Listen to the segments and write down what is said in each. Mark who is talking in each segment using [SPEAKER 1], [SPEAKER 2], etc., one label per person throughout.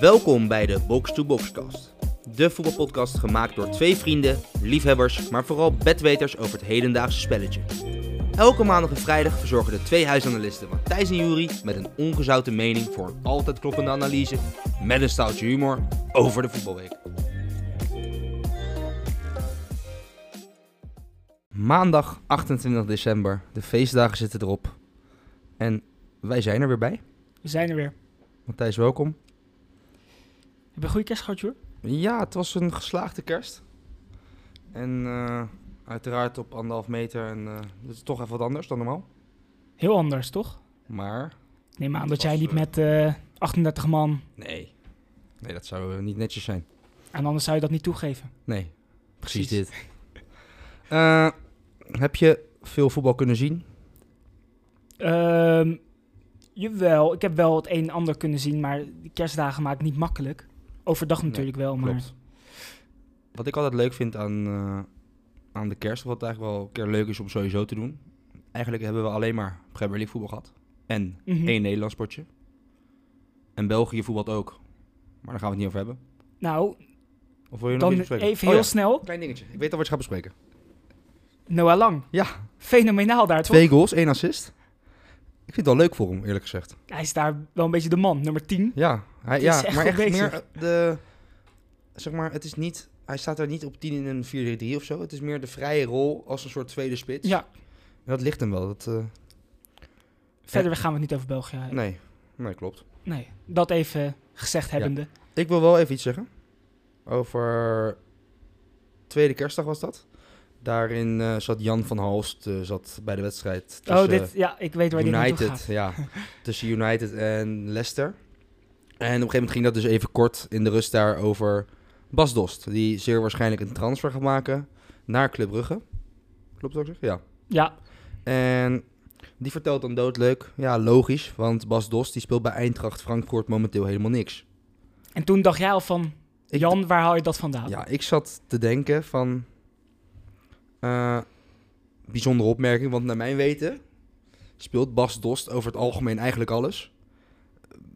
[SPEAKER 1] Welkom bij de Box to Boxcast. De voetbalpodcast gemaakt door twee vrienden, liefhebbers, maar vooral bedweters over het hedendaagse spelletje. Elke maandag en vrijdag verzorgen de twee huisanalisten Matthijs en Jury met een ongezouten mening voor een altijd kloppende analyse met een staaltje humor over de voetbalweek. Maandag 28 december, de feestdagen zitten erop. En wij zijn er weer bij.
[SPEAKER 2] We zijn er weer.
[SPEAKER 1] Matthijs, welkom.
[SPEAKER 2] Heb je een goede kerst gehad, Joer?
[SPEAKER 1] Ja, het was een geslaagde kerst. En eh, uiteraard op anderhalf meter. En eh, dat is toch even wat anders dan normaal.
[SPEAKER 2] Heel anders, toch?
[SPEAKER 1] Maar.
[SPEAKER 2] Ik Neem aan
[SPEAKER 1] Het
[SPEAKER 2] dat jij
[SPEAKER 1] was,
[SPEAKER 2] liep
[SPEAKER 1] eh,
[SPEAKER 2] met eh, 38 man.
[SPEAKER 1] Nee. Nee, dat zou eh, niet netjes zijn.
[SPEAKER 2] En anders zou je dat niet toegeven.
[SPEAKER 1] Nee, precies, dit. Eh, heb je veel voetbal kunnen zien?
[SPEAKER 2] Ehm, jawel, ik heb wel het een en ander kunnen zien, maar de kerstdagen maakt het niet makkelijk. Overdag
[SPEAKER 1] Nee,
[SPEAKER 2] natuurlijk wel, maar...
[SPEAKER 1] klopt. Wat ik altijd leuk vind aan, eh, aan de kerst, wat eigenlijk wel een keer leuk is om sowieso te doen. Eigenlijk hebben we alleen maar Premier League voetbal gehad. En
[SPEAKER 2] Mhm.
[SPEAKER 1] één Nederlands potje. En België voetbalt ook. Maar daar gaan we het niet over hebben.
[SPEAKER 2] Nou,
[SPEAKER 1] Of wil je nog
[SPEAKER 2] dan
[SPEAKER 1] iets
[SPEAKER 2] even
[SPEAKER 1] bespreken?
[SPEAKER 2] heel
[SPEAKER 1] Oh ja,
[SPEAKER 2] snel.
[SPEAKER 1] Klein dingetje. Ik weet al wat je gaat bespreken.
[SPEAKER 2] Noah Lang.
[SPEAKER 1] Ja.
[SPEAKER 2] Fenomenaal daar, toch?
[SPEAKER 1] Twee goals, één assist. Ik vind het wel leuk voor hem, eerlijk gezegd.
[SPEAKER 2] Hij is daar wel een beetje de man, nummer 10.
[SPEAKER 1] Ja, hij,
[SPEAKER 2] Het
[SPEAKER 1] ja
[SPEAKER 2] is echt
[SPEAKER 1] maar
[SPEAKER 2] goed
[SPEAKER 1] echt
[SPEAKER 2] bezig.
[SPEAKER 1] meer de... Zeg maar, het is niet... Hij staat daar niet op 10 in een 4-3 of zo. Het is meer de vrije rol als een soort tweede spits.
[SPEAKER 2] Ja,
[SPEAKER 1] En dat ligt hem wel. Dat, eh,
[SPEAKER 2] verder gaan we het niet over België hebben.
[SPEAKER 1] nee. nee, klopt.
[SPEAKER 2] Nee, dat even gezegd hebbende.
[SPEAKER 1] Ik wil wel even iets zeggen. Over tweede kerstdag was dat. Daarin eh, zat Jan van Halst eh, zat bij de wedstrijd.
[SPEAKER 2] oh,
[SPEAKER 1] tussen-
[SPEAKER 2] dit, ja, ik weet waar dit naartoe
[SPEAKER 1] eh, United,
[SPEAKER 2] gaat.
[SPEAKER 1] ja. Tussen United en Leicester. En op een gegeven moment ging dat dus even kort in de rust daar over Bas Dost. Die zeer waarschijnlijk een transfer gaat maken naar Club Brugge. Klopt dat ook zeg? Ja.
[SPEAKER 2] Ja,
[SPEAKER 1] En die vertelt dan doodleuk. Ja, logisch. Want Bas Dost die speelt bij Eintracht Frankfurt momenteel helemaal niks.
[SPEAKER 2] en toen dacht jij al van,
[SPEAKER 1] Ik-
[SPEAKER 2] Jan, waar haal je dat vandaan?
[SPEAKER 1] Ja, ik zat te denken van... eh, bijzondere opmerking, want naar mijn weten speelt Bas Dost over het algemeen eigenlijk alles.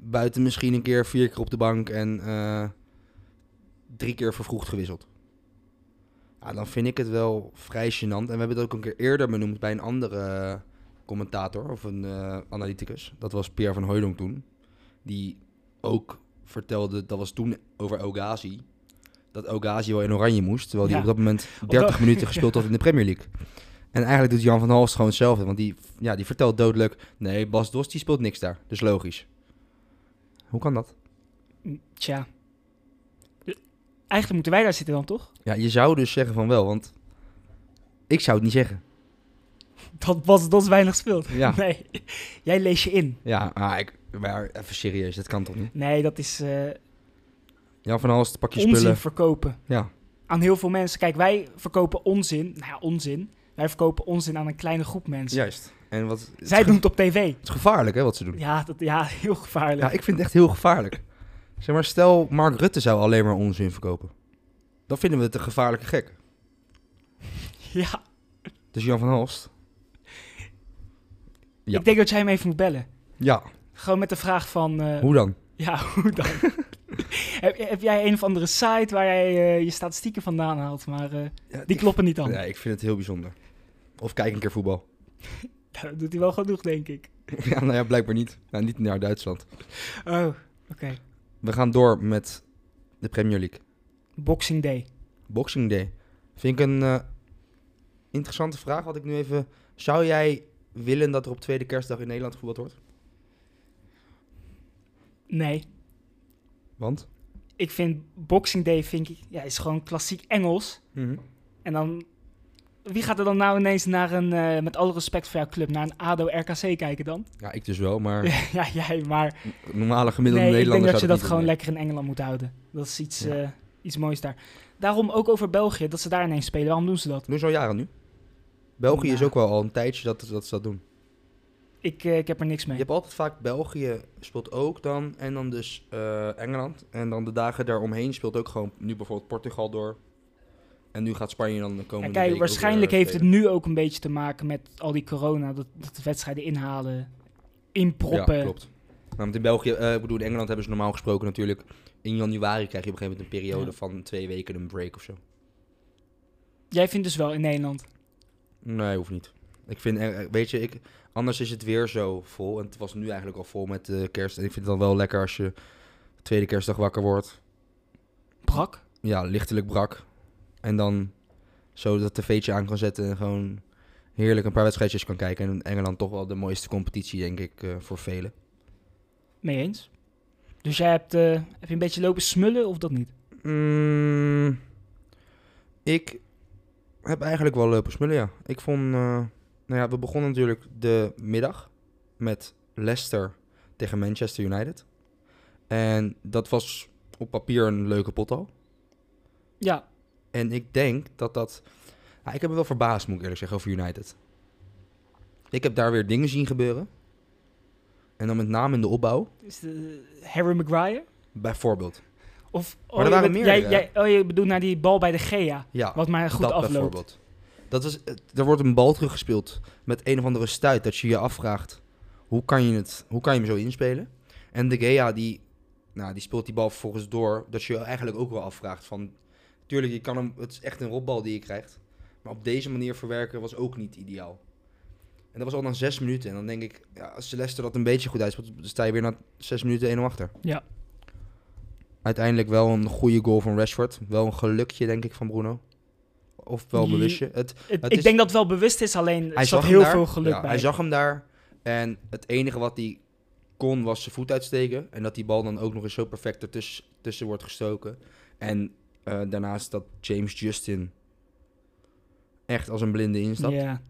[SPEAKER 1] Buiten misschien een keer vier keer op de bank en eh, drie keer vervroegd gewisseld. Ja, dan vind ik het wel vrij gênant. En we hebben het ook een keer eerder benoemd bij een andere eh, commentator of een eh, analyticus. Dat was Pierre van Hooydonk toen. Die ook vertelde, dat was toen over Ogazi, dat Ogazi wel in oranje moest. Terwijl hij
[SPEAKER 2] Ja.
[SPEAKER 1] op dat moment 30
[SPEAKER 2] dat-
[SPEAKER 1] minuten gespeeld had in de Premier League. En eigenlijk doet Jan van Halst gewoon hetzelfde. Want die, ja, die vertelt dodelijk, nee, Bas Dost die speelt niks daar. Dus logisch. Hoe kan dat?
[SPEAKER 2] Hm, Tja. Eh, Eigenlijk moeten wij daar zitten dan, toch?
[SPEAKER 1] Ja, je zou dus zeggen van wel, want ik zou het niet zeggen.
[SPEAKER 2] Dat was dat weinig speelt.
[SPEAKER 1] Ja,
[SPEAKER 2] Nee, jij leest je in.
[SPEAKER 1] ja Ah, maar, ik, maar even serieus, dat kan toch niet?
[SPEAKER 2] Nee, dat is eh
[SPEAKER 1] Jan van Halst, pak je
[SPEAKER 2] onzin
[SPEAKER 1] spullen.
[SPEAKER 2] verkopen.
[SPEAKER 1] Ja,
[SPEAKER 2] Aan heel veel mensen. Kijk, wij verkopen onzin. Nou ja, onzin. Wij verkopen onzin aan een kleine groep mensen.
[SPEAKER 1] juist. En wat, het is
[SPEAKER 2] Zij
[SPEAKER 1] ge-
[SPEAKER 2] doen het op tv.
[SPEAKER 1] Het is gevaarlijk, hè, wat ze doen.
[SPEAKER 2] Ja, dat, ja heel gevaarlijk.
[SPEAKER 1] Ja, ik vind het echt heel gevaarlijk. Zeg maar, stel Mark Rutte zou alleen maar onzin verkopen. Dan vinden we het een gevaarlijke gek.
[SPEAKER 2] Ja,
[SPEAKER 1] Dus Jan van Halst. Ja.
[SPEAKER 2] ik denk dat jij hem even moet bellen.
[SPEAKER 1] Ja,
[SPEAKER 2] Gewoon met de vraag van... eh,
[SPEAKER 1] hoe dan?
[SPEAKER 2] Ja, hoe dan? heb, heb jij een of andere site waar jij eh, je statistieken vandaan haalt? Maar eh, die kloppen niet dan.
[SPEAKER 1] Nee, ik vind het heel bijzonder. Of kijk een keer voetbal.
[SPEAKER 2] Dat doet hij wel genoeg, denk ik.
[SPEAKER 1] ja, nou ja, blijkbaar niet. Nou, niet naar Duitsland.
[SPEAKER 2] Oh, oké.
[SPEAKER 1] We gaan door met de Premier League.
[SPEAKER 2] Boxing Day.
[SPEAKER 1] Boxing Day. Vind ik een eh, interessante vraag. Wat ik nu even. Zou jij willen dat er op tweede kerstdag in Nederland gevoetbald wordt?
[SPEAKER 2] Nee,
[SPEAKER 1] Want?
[SPEAKER 2] ik vind Boxing Day vind ik, ja, is gewoon klassiek Engels.
[SPEAKER 1] Mhm.
[SPEAKER 2] En dan, wie gaat er dan nou ineens naar een, eh, met alle respect voor jouw club, naar een ADO-RKC kijken dan?
[SPEAKER 1] Ja, ik dus wel, maar
[SPEAKER 2] ja, jij, maar
[SPEAKER 1] normale gemiddelde
[SPEAKER 2] nee, ik denk
[SPEAKER 1] Nederlander
[SPEAKER 2] dat je
[SPEAKER 1] zou
[SPEAKER 2] dat gewoon
[SPEAKER 1] niet
[SPEAKER 2] lekker in Engeland moet houden. Dat is iets,
[SPEAKER 1] Ja.
[SPEAKER 2] eh, iets moois daar. Daarom ook over België, dat ze daar ineens spelen. Waarom doen ze dat?
[SPEAKER 1] doen. Doen ze al jaren nu. België is
[SPEAKER 2] Ja.
[SPEAKER 1] ook wel al een tijdje dat, dat ze dat doen.
[SPEAKER 2] Ik, eh, ik heb er niks mee.
[SPEAKER 1] Je hebt altijd vaak België speelt ook dan. En dan dus eh, Engeland. En dan de dagen daaromheen speelt ook gewoon nu bijvoorbeeld Portugal door. En En nu gaat Spanje dan de komende
[SPEAKER 2] En kijk,
[SPEAKER 1] week eh,
[SPEAKER 2] waarschijnlijk
[SPEAKER 1] ook weer
[SPEAKER 2] heeft het nu ook een beetje te maken met al die corona. Dat, dat de wedstrijden inhalen,
[SPEAKER 1] spelen.
[SPEAKER 2] inproppen.
[SPEAKER 1] Ja, klopt. Nou, want in België, eh, ik bedoel, in Engeland hebben ze normaal gesproken natuurlijk... In januari krijg je op een gegeven moment een periode
[SPEAKER 2] Ja.
[SPEAKER 1] van twee weken een break of zo.
[SPEAKER 2] Jij vindt dus wel in Nederland.
[SPEAKER 1] Nee, hoeft niet. Ik vind, eh, eh, weet je, ik, anders is het weer zo vol. En het was nu eigenlijk al vol met eh, kerst. En ik vind het dan wel lekker als je tweede kerstdag wakker wordt.
[SPEAKER 2] Brak.
[SPEAKER 1] Ja, lichtelijk brak. En dan zo dat tv'tje aan kan zetten en gewoon heerlijk een paar wedstrijdjes kan kijken. En Engeland toch wel de mooiste competitie, denk ik, eh, voor velen.
[SPEAKER 2] Mee eens. Dus jij hebt, eh, heb je een beetje lopen smullen of dat niet?
[SPEAKER 1] Mm, ik heb eigenlijk wel lopen smullen, ja. Ik vond... eh, nou ja, we begonnen natuurlijk de middag met Leicester tegen Manchester United. En dat was op papier een leuke pot al.
[SPEAKER 2] Ja,
[SPEAKER 1] En ik denk dat dat... Ja, ik heb me wel verbaasd, moet ik eerlijk zeggen, over United. Ik heb daar weer dingen zien gebeuren. En dan met name in de opbouw,
[SPEAKER 2] is de eh, Harry Maguire?
[SPEAKER 1] bijvoorbeeld.
[SPEAKER 2] Of, oh,
[SPEAKER 1] er
[SPEAKER 2] je
[SPEAKER 1] waren
[SPEAKER 2] bent-
[SPEAKER 1] meerdere.
[SPEAKER 2] jij, jij, Oh, je bedoelt naar die bal bij de Gea,
[SPEAKER 1] Ja,
[SPEAKER 2] wat maar goed
[SPEAKER 1] dat
[SPEAKER 2] afloopt.
[SPEAKER 1] bijvoorbeeld. Dat is, eh, er wordt een bal teruggespeeld met een of andere stuit dat je je afvraagt hoe kan je, het, hoe kan je hem zo inspelen? En de Gea die, nou, die speelt die bal vervolgens door dat je je eigenlijk ook wel afvraagt van tuurlijk je kan hem, het is echt een rotbal die je krijgt, maar op deze manier verwerken was ook niet ideaal. En dat was al na zes minuten en dan denk ik ja, als Celeste dat een beetje goed uitspeelt, dan sta je weer na zes minuten 1-0 achter.
[SPEAKER 2] Ja.
[SPEAKER 1] Uiteindelijk wel een goede goal van Rashford, wel een gelukje denk ik van Bruno. Of wel
[SPEAKER 2] Je-
[SPEAKER 1] bewustje. Het,
[SPEAKER 2] Het-
[SPEAKER 1] Het
[SPEAKER 2] ik
[SPEAKER 1] is-
[SPEAKER 2] denk dat het wel bewust is, alleen er
[SPEAKER 1] hij
[SPEAKER 2] zat
[SPEAKER 1] zag hem
[SPEAKER 2] heel
[SPEAKER 1] daar.
[SPEAKER 2] veel geluk
[SPEAKER 1] Ja,
[SPEAKER 2] bij.
[SPEAKER 1] Hij zag hem daar. En het enige wat hij kon was zijn voet uitsteken. En dat die bal dan ook nog eens zo perfect ertussen tussen wordt gestoken. En eh, daarnaast dat James Justin echt als een blinde instapt.
[SPEAKER 2] Ja.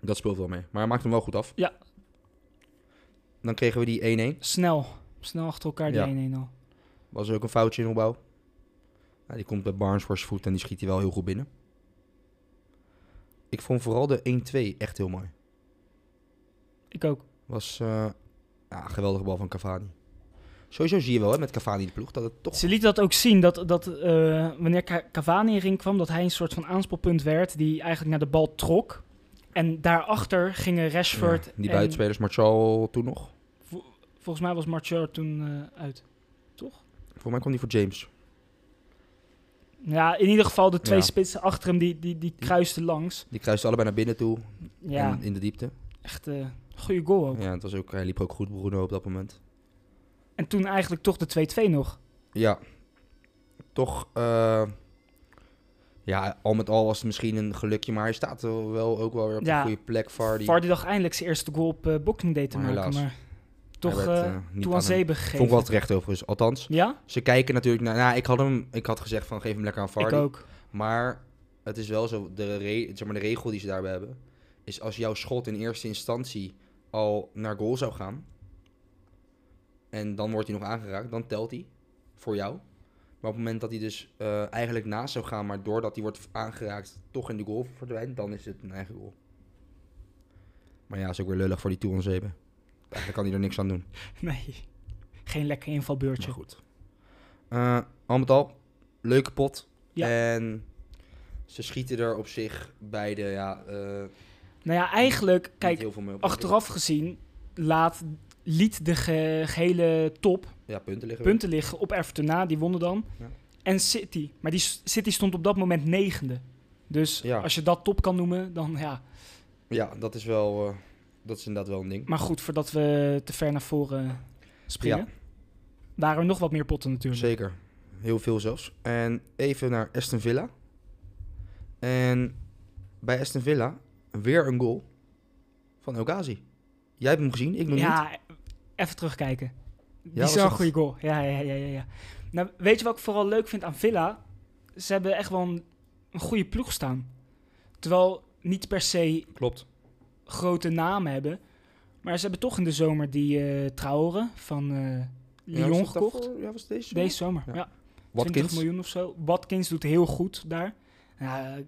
[SPEAKER 1] Dat speelt wel mee. Maar hij maakt hem wel goed af.
[SPEAKER 2] Ja.
[SPEAKER 1] Dan kregen we die 1-1.
[SPEAKER 2] Snel. Snel achter elkaar die
[SPEAKER 1] Ja.
[SPEAKER 2] 1-1 al.
[SPEAKER 1] Was er ook een foutje in opbouw. Ja, die komt bij Barnes voor zijn voet en die schiet hij wel heel goed binnen. Ik vond vooral de 1-2 echt heel mooi.
[SPEAKER 2] Ik ook.
[SPEAKER 1] was eh, ja, een geweldige bal van Cavani. Sowieso zie je wel hè, met Cavani in de ploeg dat het toch...
[SPEAKER 2] Ze liet dat ook zien, dat, dat eh, wanneer Ca- Cavani erin kwam, dat hij een soort van aanspelpunt werd, die eigenlijk naar de bal trok. En daarachter gingen Rashford
[SPEAKER 1] Ja, die
[SPEAKER 2] en-
[SPEAKER 1] buitenspelers, Martial toen nog.
[SPEAKER 2] Volgens mij was Martial toen eh, uit.
[SPEAKER 1] Voor mij kwam die voor James.
[SPEAKER 2] Nou Ja, in ieder geval de twee
[SPEAKER 1] Ja.
[SPEAKER 2] spitsen achter hem, die, die, die kruisten langs.
[SPEAKER 1] Die kruisten allebei naar binnen toe
[SPEAKER 2] Ja,
[SPEAKER 1] en in de diepte.
[SPEAKER 2] echt een goede goal ook.
[SPEAKER 1] Ja, het was ook, hij liep ook goed, Bruno, op dat moment.
[SPEAKER 2] En toen eigenlijk toch de 2-2 nog.
[SPEAKER 1] Ja, toch... eh, ja, al met al was het misschien een gelukje, maar hij staat er wel ook wel weer op
[SPEAKER 2] Ja,
[SPEAKER 1] een goede plek, Vardy.
[SPEAKER 2] Vardy dacht eindelijk zijn eerste goal op eh Boxing Day te
[SPEAKER 1] Maar
[SPEAKER 2] maken,
[SPEAKER 1] helaas.
[SPEAKER 2] maar toch
[SPEAKER 1] Hij
[SPEAKER 2] eh
[SPEAKER 1] werd, eh, niet aan
[SPEAKER 2] Toan
[SPEAKER 1] hem-
[SPEAKER 2] Zebe gegeven.
[SPEAKER 1] Vond ik wel terecht overigens, althans.
[SPEAKER 2] Ja,
[SPEAKER 1] Ze kijken natuurlijk naar... Nou, ik had, hem, ik had gezegd van geef hem lekker aan Vardy.
[SPEAKER 2] ik ook.
[SPEAKER 1] Maar het is wel zo, de, re- zeg maar, de regel die ze daarbij hebben, is als jouw schot in eerste instantie al naar goal zou gaan, en dan wordt hij nog aangeraakt, dan telt hij voor jou. Maar op het moment dat hij dus eh, eigenlijk naast zou gaan, maar doordat hij wordt aangeraakt, toch in de goal verdwijnt, dan is het een eigen goal. Maar ja, is ook weer lullig voor die Tour Zeben. Eigenlijk kan hij er niks aan doen.
[SPEAKER 2] Nee, geen lekker
[SPEAKER 1] Maar
[SPEAKER 2] invalbeurtje.
[SPEAKER 1] goed. Eh, al met al, leuke pot.
[SPEAKER 2] Ja.
[SPEAKER 1] En ze schieten er op zich beide, ja, eh,
[SPEAKER 2] Nou ja, eigenlijk,
[SPEAKER 1] niet
[SPEAKER 2] kijk,
[SPEAKER 1] heel veel mee op.
[SPEAKER 2] achteraf gezien laat, liet de ge- gehele top
[SPEAKER 1] Ja, punten liggen.
[SPEAKER 2] punten liggen op Everton na, die wonnen dan.
[SPEAKER 1] Ja.
[SPEAKER 2] En City. Maar die S- City stond op dat moment negende. Dus
[SPEAKER 1] Ja.
[SPEAKER 2] als je dat top kan noemen, dan ja.
[SPEAKER 1] weer. Ja, dat is wel, eh, dat is inderdaad wel een ding.
[SPEAKER 2] Maar goed, voordat we te ver naar voren springen, waren er nog wat meer potten natuurlijk.
[SPEAKER 1] Zeker. Heel veel zelfs. En even naar Aston Villa. En bij Aston Villa weer een goal van El Ghazi. Jij hebt hem gezien, ik nog niet.
[SPEAKER 2] ja, even terugkijken. Die
[SPEAKER 1] was
[SPEAKER 2] is wel een
[SPEAKER 1] dat-
[SPEAKER 2] goede goal. Ja, ja, ja, ja, ja. Nou, weet je wat ik vooral leuk vind aan Villa? Ze hebben echt wel een, een goede ploeg staan. Terwijl niet per se
[SPEAKER 1] Klopt.
[SPEAKER 2] grote namen hebben. Maar ze hebben toch in de zomer die eh Traore van eh, Lyon gekocht.
[SPEAKER 1] Ja, was het deze?
[SPEAKER 2] Deze zomer,
[SPEAKER 1] Ja.
[SPEAKER 2] ja.
[SPEAKER 1] Watkins.
[SPEAKER 2] 20 miljoen of zo. Watkins doet heel goed daar. Ja,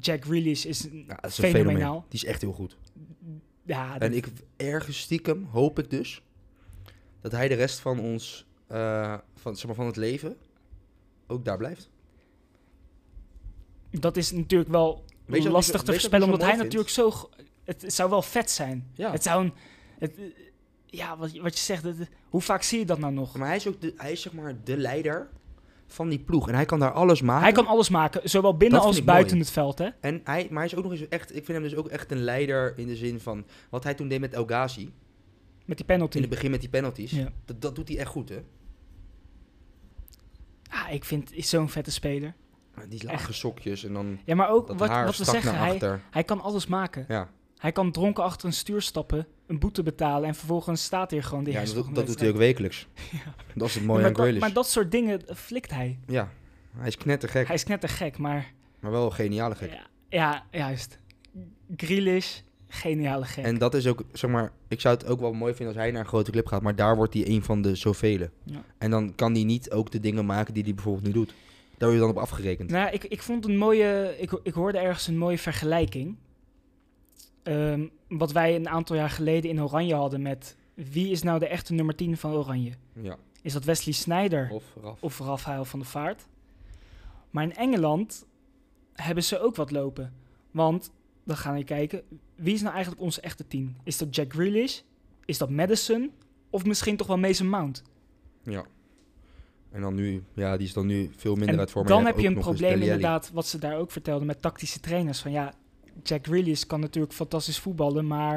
[SPEAKER 2] Jack Grealish is een-
[SPEAKER 1] Ja, dat is een
[SPEAKER 2] fenomenaal.
[SPEAKER 1] fenomeen. Die is echt heel goed.
[SPEAKER 2] Ja, dat-
[SPEAKER 1] En ik ergens stiekem hoop ik dus dat hij de rest van ons, eh, van, zeg maar, van het leven ook daar blijft.
[SPEAKER 2] Dat is natuurlijk wel
[SPEAKER 1] Weet je wat
[SPEAKER 2] lastig
[SPEAKER 1] ik-
[SPEAKER 2] te
[SPEAKER 1] weet je wat ik
[SPEAKER 2] voorspellen,
[SPEAKER 1] zo
[SPEAKER 2] omdat hij
[SPEAKER 1] mooi vind?
[SPEAKER 2] natuurlijk zo... g- Het zou wel vet zijn.
[SPEAKER 1] Ja.
[SPEAKER 2] Het zou een... Het, eh, ja, wat, je- wat je zegt, het- hoe vaak zie je dat nou nog?
[SPEAKER 1] Maar hij is ook de, hij is zeg maar de leider van die ploeg. En hij kan daar alles maken.
[SPEAKER 2] Hij kan alles maken, zowel binnen
[SPEAKER 1] Dat vind
[SPEAKER 2] als
[SPEAKER 1] ik mooi.
[SPEAKER 2] buiten het veld, hè?
[SPEAKER 1] En hij, maar hij is ook nog eens echt, ik vind hem dus ook echt een leider in de zin van wat hij toen deed met El Ghazi.
[SPEAKER 2] Met die penalty.
[SPEAKER 1] In het begin met die penalties.
[SPEAKER 2] Ja.
[SPEAKER 1] Dat, dat doet hij echt goed, hè?
[SPEAKER 2] Ah, ik vind is zo'n vette speler.
[SPEAKER 1] Die lage sokjes en dan
[SPEAKER 2] Ja, maar ook
[SPEAKER 1] dat
[SPEAKER 2] wat,
[SPEAKER 1] haar
[SPEAKER 2] wat we
[SPEAKER 1] strak
[SPEAKER 2] zeggen,
[SPEAKER 1] naar
[SPEAKER 2] hij,
[SPEAKER 1] achter.
[SPEAKER 2] hij kan alles maken.
[SPEAKER 1] Ja,
[SPEAKER 2] Hij kan dronken achter een stuur stappen, een boete betalen en vervolgens staat hij er gewoon de
[SPEAKER 1] ja
[SPEAKER 2] rest
[SPEAKER 1] dat,
[SPEAKER 2] van
[SPEAKER 1] dat
[SPEAKER 2] de
[SPEAKER 1] doet hij
[SPEAKER 2] wedstrijd.
[SPEAKER 1] ook wekelijks. Dat is het mooie
[SPEAKER 2] maar,
[SPEAKER 1] aan
[SPEAKER 2] dat-
[SPEAKER 1] Grealish.
[SPEAKER 2] maar dat soort dingen flikt hij.
[SPEAKER 1] Ja, hij is knettergek,
[SPEAKER 2] Hij is knettergek, maar
[SPEAKER 1] maar wel een geniale gek.
[SPEAKER 2] ja, ja, juist. Grealish, geniale gek.
[SPEAKER 1] En dat is ook, zeg maar, ik zou het ook wel mooi vinden als hij naar een grote club gaat, maar daar wordt hij een van de zoveel.
[SPEAKER 2] Ja.
[SPEAKER 1] En dan kan hij niet ook de dingen maken die hij bijvoorbeeld nu doet. Daar word je dan op afgerekend.
[SPEAKER 2] Nou, ik, ik vond een mooie. Ik, ik hoorde ergens een mooie vergelijking. Ehm, wat wij een aantal jaar geleden in Oranje hadden met wie is nou de echte nummer 10 van Oranje?
[SPEAKER 1] Ja,
[SPEAKER 2] Is dat Wesley Sneijder?
[SPEAKER 1] of Raf.
[SPEAKER 2] Nou. of Rafael van der Vaart. Maar in Engeland hebben ze ook wat lopen. Want dan gaan we kijken, wie is nou eigenlijk onze echte team? Is dat Jack Grealish? Is dat Madison? Of misschien toch wel Mason Mount?
[SPEAKER 1] Ja. En dan nu, ja, die is dan nu veel minder
[SPEAKER 2] En
[SPEAKER 1] uit vorm.
[SPEAKER 2] dan
[SPEAKER 1] En
[SPEAKER 2] heb je
[SPEAKER 1] ook
[SPEAKER 2] een
[SPEAKER 1] nog eens
[SPEAKER 2] probleem
[SPEAKER 1] Dele Alli.
[SPEAKER 2] inderdaad, wat ze daar ook vertelden met tactische trainers. Van ja, Jack Grealish kan natuurlijk fantastisch voetballen, maar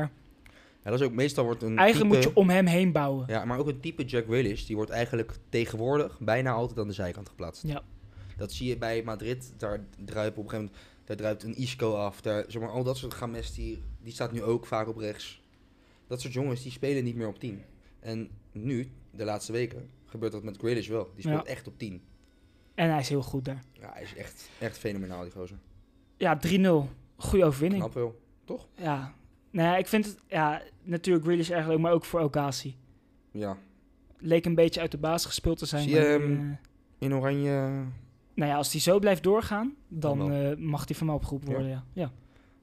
[SPEAKER 1] Ja, dat is ook meestal wordt een.
[SPEAKER 2] eigenlijk moet
[SPEAKER 1] type-
[SPEAKER 2] je om hem heen bouwen.
[SPEAKER 1] Mm, Ja, maar ook een type Jack Grealish, die wordt eigenlijk tegenwoordig bijna altijd aan de zijkant geplaatst.
[SPEAKER 2] Ja.
[SPEAKER 1] Dat zie je bij Madrid, daar druipt op een gegeven moment, daar druipt een Isco af, daar, zeg maar, al dat soort games, die, die staat nu ook vaak op rechts. Dat soort jongens, die spelen niet meer op 10. En nu, de laatste weken, gebeurt dat met Grealish wel. Die speelt
[SPEAKER 2] Ja.
[SPEAKER 1] echt op 10.
[SPEAKER 2] En hij is heel goed daar.
[SPEAKER 1] Ja, hij is echt, echt fenomenaal, die gozer.
[SPEAKER 2] Ja, 3-0. Goede overwinning.
[SPEAKER 1] Knap wel. Toch?
[SPEAKER 2] Ja. Nou ja, ik vind het, ja, natuurlijk Grealish eigenlijk, maar ook voor Okasi.
[SPEAKER 1] Ja.
[SPEAKER 2] leek een beetje uit de baas gespeeld te zijn.
[SPEAKER 1] Zie je
[SPEAKER 2] maar,
[SPEAKER 1] hem?
[SPEAKER 2] eh,
[SPEAKER 1] In oranje
[SPEAKER 2] nou ja, als hij zo blijft doorgaan, dan
[SPEAKER 1] Dan
[SPEAKER 2] eh, mag hij van mij opgeroepen
[SPEAKER 1] Ja.
[SPEAKER 2] worden. Ja. Ja.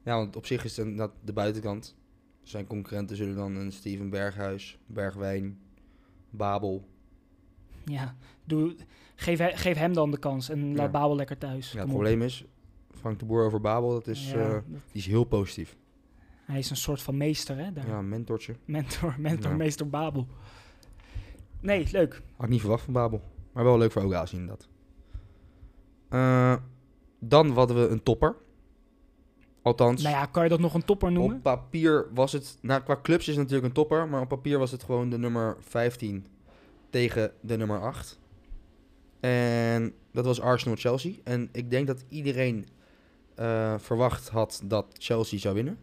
[SPEAKER 1] Ja, want op zich is het inderdaad de buitenkant. Zijn concurrenten zullen dan een Steven Berghuis, Bergwijn, Babel.
[SPEAKER 2] ja. Doe, geef, he- geef hem dan de kans en
[SPEAKER 1] Ja.
[SPEAKER 2] laat Babel lekker thuis.
[SPEAKER 1] Ja,
[SPEAKER 2] Kom
[SPEAKER 1] het
[SPEAKER 2] op.
[SPEAKER 1] probleem is, Frank de Boer over Babel, dat is,
[SPEAKER 2] Ja,
[SPEAKER 1] eh,
[SPEAKER 2] dat-
[SPEAKER 1] die is heel positief.
[SPEAKER 2] hij is een soort van meester, hè? Daar.
[SPEAKER 1] Ja, een mentortje.
[SPEAKER 2] Mentor, mentor,
[SPEAKER 1] Ja.
[SPEAKER 2] meester Babel. Nee, leuk.
[SPEAKER 1] Had ik niet verwacht van Babel. Maar wel leuk voor Ogazi inderdaad. Eh, dan hadden we een topper. Althans,
[SPEAKER 2] Nou ja, kan je dat nog een topper noemen?
[SPEAKER 1] op papier was het... Nou, qua clubs is het natuurlijk een topper. Maar op papier was het gewoon de nummer 15 tegen de nummer 8. En dat was Arsenal-Chelsea. En ik denk dat iedereen eh, verwacht had dat Chelsea zou winnen.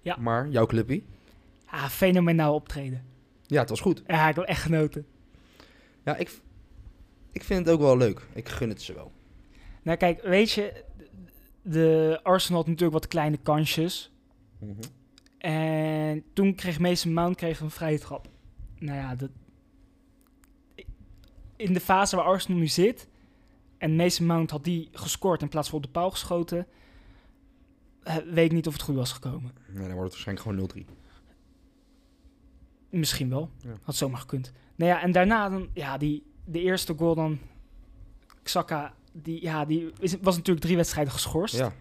[SPEAKER 2] Ja.
[SPEAKER 1] Maar jouw clubpie?
[SPEAKER 2] Ah, fenomenaal optreden.
[SPEAKER 1] Ja, het was goed.
[SPEAKER 2] Ja, ik heb echt genoten.
[SPEAKER 1] Ja, ik, ik vind het ook wel leuk. Ik gun het ze wel.
[SPEAKER 2] Nou kijk, weet je, de- de Arsenal had natuurlijk wat kleine kansjes.
[SPEAKER 1] Mhm.
[SPEAKER 2] En toen kreeg Mason Mount kreeg een vrije trap. Nou ja, dat... in de fase waar Arsenal nu zit... en Mason Mount had die gescoord in plaats van op de paal geschoten... eh, weet ik niet of het goed was gekomen.
[SPEAKER 1] Nee, dan wordt het waarschijnlijk gewoon 0-3.
[SPEAKER 2] Misschien wel.
[SPEAKER 1] Ja.
[SPEAKER 2] Had zomaar gekund. Nou ja, en daarna dan... Ja, die, de eerste goal dan... Xhaka, die, ja, die is- was natuurlijk drie wedstrijden geschorst.
[SPEAKER 1] Ja.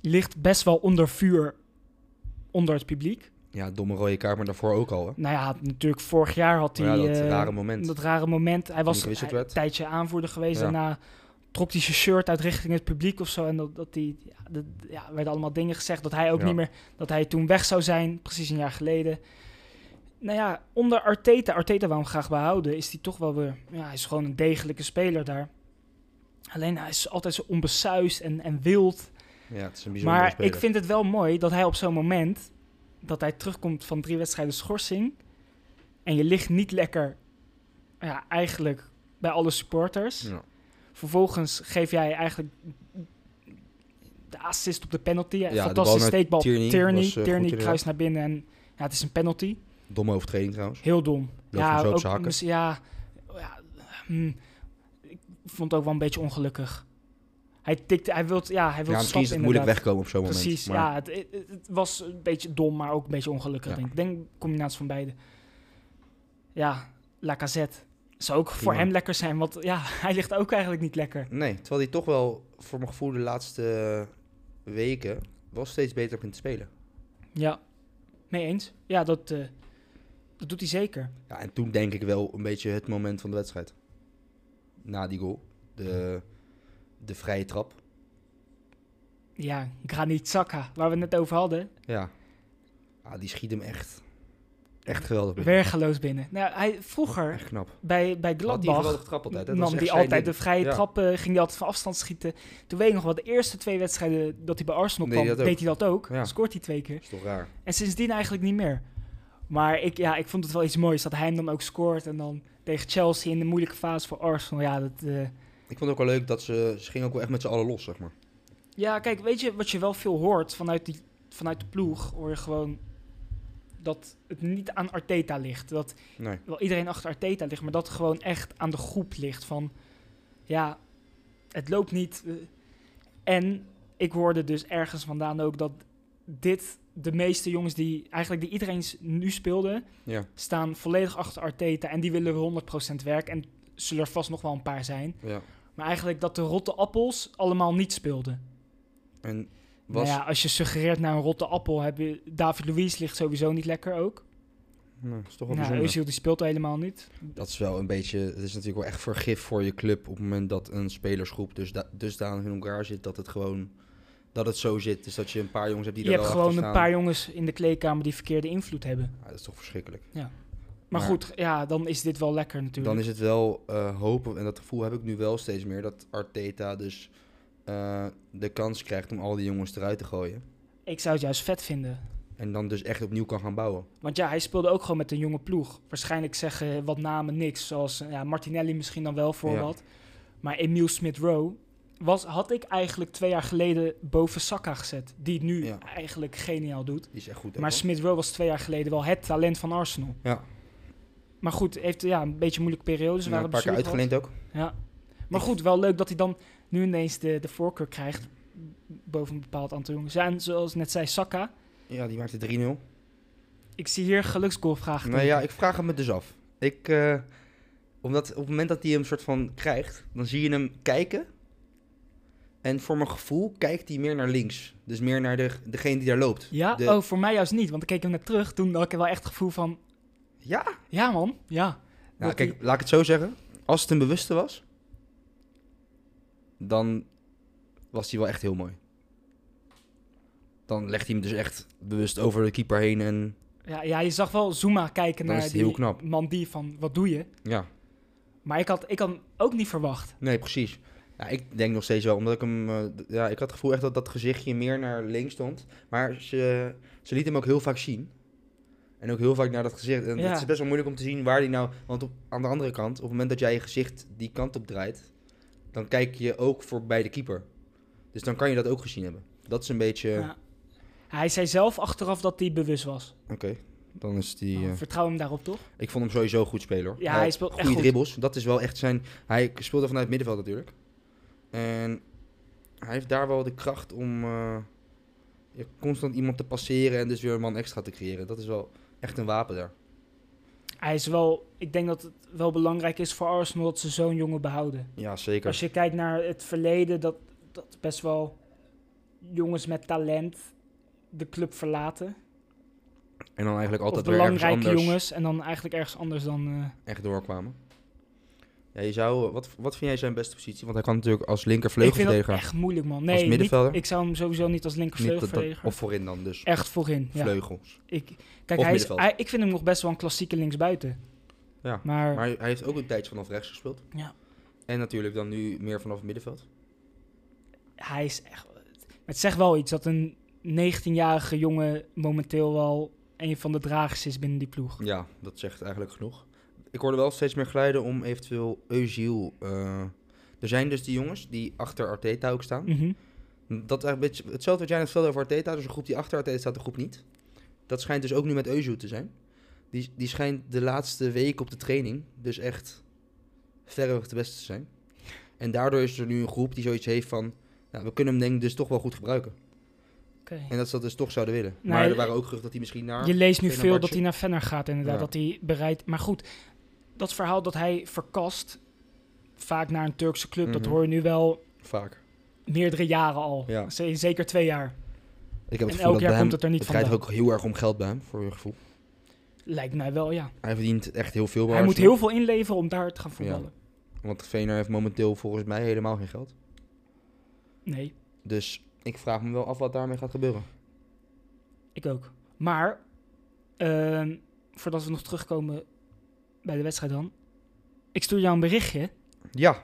[SPEAKER 2] Ligt best wel onder vuur onder het publiek.
[SPEAKER 1] ja, domme rode kaart, maar daarvoor ook al. Hè?
[SPEAKER 2] Nou ja, natuurlijk vorig jaar had hij...
[SPEAKER 1] Maar ja, dat
[SPEAKER 2] eh,
[SPEAKER 1] rare moment.
[SPEAKER 2] Dat rare moment. Hij was
[SPEAKER 1] gewisseld
[SPEAKER 2] hij- een
[SPEAKER 1] werd.
[SPEAKER 2] tijdje aanvoerder geweest.
[SPEAKER 1] Ja.
[SPEAKER 2] Daarna trok hij zijn shirt uit richting het publiek of zo. En dat, dat die, ja, dat, ja, werden allemaal dingen gezegd. Dat hij ook
[SPEAKER 1] Ja.
[SPEAKER 2] niet meer, dat hij toen weg zou zijn. Precies een jaar geleden. Nou ja, onder Arteta, Arteta wou hem graag behouden, is hij toch wel weer... Ja, hij is gewoon een degelijke speler daar. Alleen hij is altijd zo onbesuisd en, en wild.
[SPEAKER 1] Ja, het is een bijzondere
[SPEAKER 2] Maar
[SPEAKER 1] speler.
[SPEAKER 2] ik vind het wel mooi dat hij op zo'n moment... dat hij terugkomt van drie wedstrijden schorsing... en je ligt niet lekker... ja, eigenlijk bij alle supporters.
[SPEAKER 1] Ja.
[SPEAKER 2] Vervolgens geef jij eigenlijk de assist op de penalty.
[SPEAKER 1] de
[SPEAKER 2] Ja,
[SPEAKER 1] bal
[SPEAKER 2] Fantastisch
[SPEAKER 1] naar
[SPEAKER 2] steekbal.
[SPEAKER 1] Tierney
[SPEAKER 2] Tierney, Tierney,
[SPEAKER 1] was, eh, goed
[SPEAKER 2] kruist
[SPEAKER 1] inderdaad.
[SPEAKER 2] naar binnen en ja, het is een penalty.
[SPEAKER 1] Domme overtreding trouwens.
[SPEAKER 2] Heel dom.
[SPEAKER 1] Loopt hem zo op zijn hakken.
[SPEAKER 2] mis- ja, ja hm, ik vond het ook wel een beetje ongelukkig. Hij tikte, hij wil, ja, hij wil
[SPEAKER 1] Ja, misschien is het moeilijk wegkomen op zo'n moment.
[SPEAKER 2] Precies,
[SPEAKER 1] maar
[SPEAKER 2] ja. Het, het- het was een beetje dom, maar ook een beetje ongelukkig,
[SPEAKER 1] Ja.
[SPEAKER 2] denk ik. Ik denk een combinatie van beide. Ja, Lacazette. Zou ook voor
[SPEAKER 1] Prima.
[SPEAKER 2] hem lekker zijn, want ja, hij ligt ook eigenlijk niet lekker.
[SPEAKER 1] Nee, terwijl hij toch wel voor mijn gevoel de laatste weken wel steeds beter begint te spelen.
[SPEAKER 2] Ja, mee eens. Ja, dat, eh, dat doet hij zeker.
[SPEAKER 1] Ja, en toen denk ik wel een beetje het moment van de wedstrijd. Na die goal. De, de vrije trap.
[SPEAKER 2] Ja, Granit Xhaka, waar we het net over hadden.
[SPEAKER 1] Ja. Ah, die schiet hem echt, echt geweldig binnen.
[SPEAKER 2] Wergeloos binnen. Nou, hij, vroeger
[SPEAKER 1] Echt knap.
[SPEAKER 2] bij, bij
[SPEAKER 1] Had die
[SPEAKER 2] Gladbach
[SPEAKER 1] geweldig trap altijd. hè? Dat was echt
[SPEAKER 2] nam hij
[SPEAKER 1] zijn
[SPEAKER 2] altijd de
[SPEAKER 1] ding.
[SPEAKER 2] vrije
[SPEAKER 1] Ja.
[SPEAKER 2] trappen, ging hij altijd van afstand schieten. Toen weet ik nog wel, de eerste twee wedstrijden dat hij bij Arsenal
[SPEAKER 1] Deed
[SPEAKER 2] kwam,
[SPEAKER 1] hij dat ook.
[SPEAKER 2] deed hij dat ook.
[SPEAKER 1] Ja.
[SPEAKER 2] Scoort hij twee keer.
[SPEAKER 1] Is toch raar.
[SPEAKER 2] En sindsdien eigenlijk niet meer. Maar ik, ja, ik vond het wel iets moois dat hij hem dan ook scoort. En dan tegen Chelsea in de moeilijke fase voor Arsenal. Ja, dat, eh,
[SPEAKER 1] Ik vond het ook wel leuk dat ze, ze gingen ook wel echt met z'n allen los, zeg maar.
[SPEAKER 2] ja, kijk, weet je wat je wel veel hoort vanuit, die, vanuit de ploeg? Hoor je gewoon dat het niet aan Arteta ligt. Dat
[SPEAKER 1] Nee.
[SPEAKER 2] wel iedereen achter Arteta ligt, maar dat gewoon echt aan de groep ligt. Van ja, het loopt niet. eh. En ik hoorde dus ergens vandaan ook dat dit de meeste jongens die eigenlijk die iedereen s- nu speelde,
[SPEAKER 1] Ja,
[SPEAKER 2] staan volledig achter Arteta en die willen 100% werk. En zullen er vast nog wel een paar zijn.
[SPEAKER 1] ja.
[SPEAKER 2] Maar eigenlijk dat de rotte appels allemaal niet speelden.
[SPEAKER 1] En was...
[SPEAKER 2] Nou ja, als je suggereert naar een rotte appel, heb je David Luiz ligt sowieso niet lekker ook.
[SPEAKER 1] Nee, is toch wel
[SPEAKER 2] Nou,
[SPEAKER 1] bijzonder.
[SPEAKER 2] Özil die speelt helemaal niet.
[SPEAKER 1] Dat is wel een beetje... Het is natuurlijk wel echt vergif voor je club op het moment dat een spelersgroep dus da dusdanig in elkaar zit dat het gewoon... Dat het zo zit. Dus dat je een paar jongens hebt die
[SPEAKER 2] je
[SPEAKER 1] er
[SPEAKER 2] hebt
[SPEAKER 1] wel
[SPEAKER 2] gewoon
[SPEAKER 1] achter
[SPEAKER 2] een
[SPEAKER 1] staan.
[SPEAKER 2] paar jongens in de kleedkamer die verkeerde invloed hebben.
[SPEAKER 1] Ja, dat is toch verschrikkelijk.
[SPEAKER 2] Maar,
[SPEAKER 1] Maar-
[SPEAKER 2] goed, ja, dan is dit wel lekker natuurlijk.
[SPEAKER 1] Dan is het wel eh, hopen, en dat gevoel heb ik nu wel steeds meer, dat Arteta dus eh, de kans krijgt om al die jongens eruit te gooien.
[SPEAKER 2] Ik zou het juist vet vinden.
[SPEAKER 1] En dan dus echt opnieuw kan gaan bouwen.
[SPEAKER 2] Want ja, hij speelde ook gewoon met een jonge ploeg. Waarschijnlijk zeggen wat namen niks. Zoals eh, ja, Martinelli misschien dan wel voor
[SPEAKER 1] Ja.
[SPEAKER 2] wat. Maar Emile Smith-Rowe was- had ik eigenlijk twee jaar geleden boven Saka gezet. Die het nu
[SPEAKER 1] Ja.
[SPEAKER 2] eigenlijk geniaal doet.
[SPEAKER 1] Die is echt goed. hè,
[SPEAKER 2] Maar
[SPEAKER 1] man?
[SPEAKER 2] Smith-Rowe was twee jaar geleden wel het talent van Arsenal.
[SPEAKER 1] Ja.
[SPEAKER 2] Maar goed, heeft ja, een beetje een moeilijke periode. Ze
[SPEAKER 1] Ja,
[SPEAKER 2] waren
[SPEAKER 1] een paar keer
[SPEAKER 2] bestuurd gehad.
[SPEAKER 1] uitgeleend ook.
[SPEAKER 2] Ja. Maar goed, wel leuk dat hij dan nu ineens de, de voorkeur krijgt boven een bepaald aantal jongens. Ja, en zoals ik net zei, Saka.
[SPEAKER 1] Ja, die maakte 3-0.
[SPEAKER 2] Ik zie hier geluksgoalvraag.
[SPEAKER 1] Nou ja, ik vraag het me dus af. Ik, eh, omdat op het moment dat hij hem soort van krijgt, dan zie je hem kijken. En voor mijn gevoel kijkt hij meer naar links. Dus meer naar de, degene die daar loopt.
[SPEAKER 2] Ja?
[SPEAKER 1] De-
[SPEAKER 2] Oh, voor mij juist niet, want ik keek hem net terug. Toen had ik wel echt het gevoel van,
[SPEAKER 1] Ja.
[SPEAKER 2] ja man, ja.
[SPEAKER 1] Nou,
[SPEAKER 2] Dat
[SPEAKER 1] kijk, laat ik het zo zeggen. Als het een bewuste was, dan was hij wel echt heel mooi. Dan legt hij hem dus echt bewust over de keeper heen en
[SPEAKER 2] Ja, ja, je zag wel Zuma
[SPEAKER 1] Dan
[SPEAKER 2] kijken naar
[SPEAKER 1] is het
[SPEAKER 2] die
[SPEAKER 1] heel knap.
[SPEAKER 2] man die van, wat doe je?
[SPEAKER 1] ja,
[SPEAKER 2] Maar ik had, ik had hem ook niet verwacht.
[SPEAKER 1] nee, precies. Ja, ik denk nog steeds wel, omdat ik hem, eh, d- ja, ik had het gevoel echt dat dat gezichtje meer naar links stond. Maar ze, ze liet hem ook heel vaak zien. En ook heel vaak naar dat gezicht. En
[SPEAKER 2] Ja.
[SPEAKER 1] het is best wel moeilijk om te zien waar hij nou, want op, aan de andere kant, op het moment dat jij je gezicht die kant op draait, dan kijk je ook voorbij de keeper. Dus dan kan je dat ook gezien hebben. Dat is een beetje,
[SPEAKER 2] Ja. Hij zei zelf achteraf dat hij bewust was.
[SPEAKER 1] oké, dan is die... eh,
[SPEAKER 2] Nou, Vertrouw hem daarop toch?
[SPEAKER 1] Ik vond hem sowieso een goed speler. hoor.
[SPEAKER 2] Ja,
[SPEAKER 1] had
[SPEAKER 2] hij speelt echt
[SPEAKER 1] goede
[SPEAKER 2] goed.
[SPEAKER 1] dribbles. Dat is wel echt zijn. Hij speelde vanuit het middenveld natuurlijk. En hij heeft daar wel de kracht om eh, ja, constant iemand te passeren en dus weer een man extra te creëren. Dat is wel echt een wapen daar.
[SPEAKER 2] Hij is wel, ik denk dat het wel belangrijk is voor Arsenal dat ze zo'n jongen behouden.
[SPEAKER 1] Ja, zeker.
[SPEAKER 2] Als je kijkt naar het verleden, dat, dat best wel jongens met talent de club verlaten.
[SPEAKER 1] En dan eigenlijk altijd
[SPEAKER 2] of
[SPEAKER 1] weer ergens
[SPEAKER 2] belangrijke
[SPEAKER 1] anders
[SPEAKER 2] jongens en dan eigenlijk ergens anders dan... eh,
[SPEAKER 1] echt doorkwamen. Ja, je zou, wat, wat vind jij zijn beste positie? Want hij kan natuurlijk als
[SPEAKER 2] ik vind dat
[SPEAKER 1] linkervleugelverdediger.
[SPEAKER 2] echt moeilijk, man. Nee, niet,
[SPEAKER 1] middenvelder?
[SPEAKER 2] ik zou hem sowieso niet als
[SPEAKER 1] niet dat- dat-
[SPEAKER 2] linkervleugelverdediger...
[SPEAKER 1] Of voorin dan dus.
[SPEAKER 2] Echt voorin, ja.
[SPEAKER 1] Vleugels.
[SPEAKER 2] Ik, kijk,
[SPEAKER 1] Of
[SPEAKER 2] hij is,
[SPEAKER 1] middenveld.
[SPEAKER 2] hij- ik vind hem nog best wel een klassieke linksbuiten.
[SPEAKER 1] Ja,
[SPEAKER 2] Maar,
[SPEAKER 1] Maar hij heeft ook een tijdje vanaf rechts gespeeld.
[SPEAKER 2] Ja.
[SPEAKER 1] En natuurlijk dan nu meer vanaf het middenveld.
[SPEAKER 2] hij is echt... Het zegt wel iets dat een 19-jarige jongen momenteel wel een van de dragers is binnen die ploeg.
[SPEAKER 1] Ja, dat zegt eigenlijk genoeg. Ik hoorde wel steeds meer geluiden om eventueel Eusiel. er zijn dus die jongens die achter Arteta ook staan.
[SPEAKER 2] Mhm.
[SPEAKER 1] Dat is eigenlijk een beetje hetzelfde wat jij net vertelde over Arteta. Dus een groep die achter Arteta staat, de groep niet. Dat schijnt dus ook nu met Eusiel te zijn. Die, die schijnt de laatste week op de training dus echt verreweg de beste te zijn. En daardoor is er nu een groep die zoiets heeft van... Nou, we kunnen hem denk ik dus toch wel goed gebruiken.
[SPEAKER 2] Oké.
[SPEAKER 1] En dat ze dat dus toch zouden willen.
[SPEAKER 2] Nee,
[SPEAKER 1] maar er waren ook geruchten dat hij misschien naar...
[SPEAKER 2] Je leest nu
[SPEAKER 1] Fenerbahce.
[SPEAKER 2] veel dat hij naar Venner gaat, inderdaad.
[SPEAKER 1] Ja.
[SPEAKER 2] Dat hij bereid. Maar goed, dat verhaal dat hij verkast, vaak naar een Turkse club, dat
[SPEAKER 1] Mhm.
[SPEAKER 2] hoor je nu wel
[SPEAKER 1] Vaak.
[SPEAKER 2] meerdere jaren al.
[SPEAKER 1] Ja.
[SPEAKER 2] Z- Zeker twee jaar.
[SPEAKER 1] Ik heb
[SPEAKER 2] En
[SPEAKER 1] het
[SPEAKER 2] elk
[SPEAKER 1] gevoel dat
[SPEAKER 2] jaar
[SPEAKER 1] bij hem,
[SPEAKER 2] komt het er niet
[SPEAKER 1] draait
[SPEAKER 2] vandaan.
[SPEAKER 1] ook heel erg om geld bij hem, voor je gevoel.
[SPEAKER 2] Lijkt mij wel, ja.
[SPEAKER 1] Hij verdient echt heel veel bij
[SPEAKER 2] Hij moet
[SPEAKER 1] Arsenal,
[SPEAKER 2] heel veel inleveren om daar te gaan voetballen.
[SPEAKER 1] Want Veener heeft momenteel volgens mij helemaal geen geld.
[SPEAKER 2] Nee,
[SPEAKER 1] Dus ik vraag me wel af wat daarmee gaat gebeuren.
[SPEAKER 2] ik ook. Maar, ehm, voordat we nog terugkomen bij de wedstrijd dan. Ik stuur jou een berichtje
[SPEAKER 1] Ja,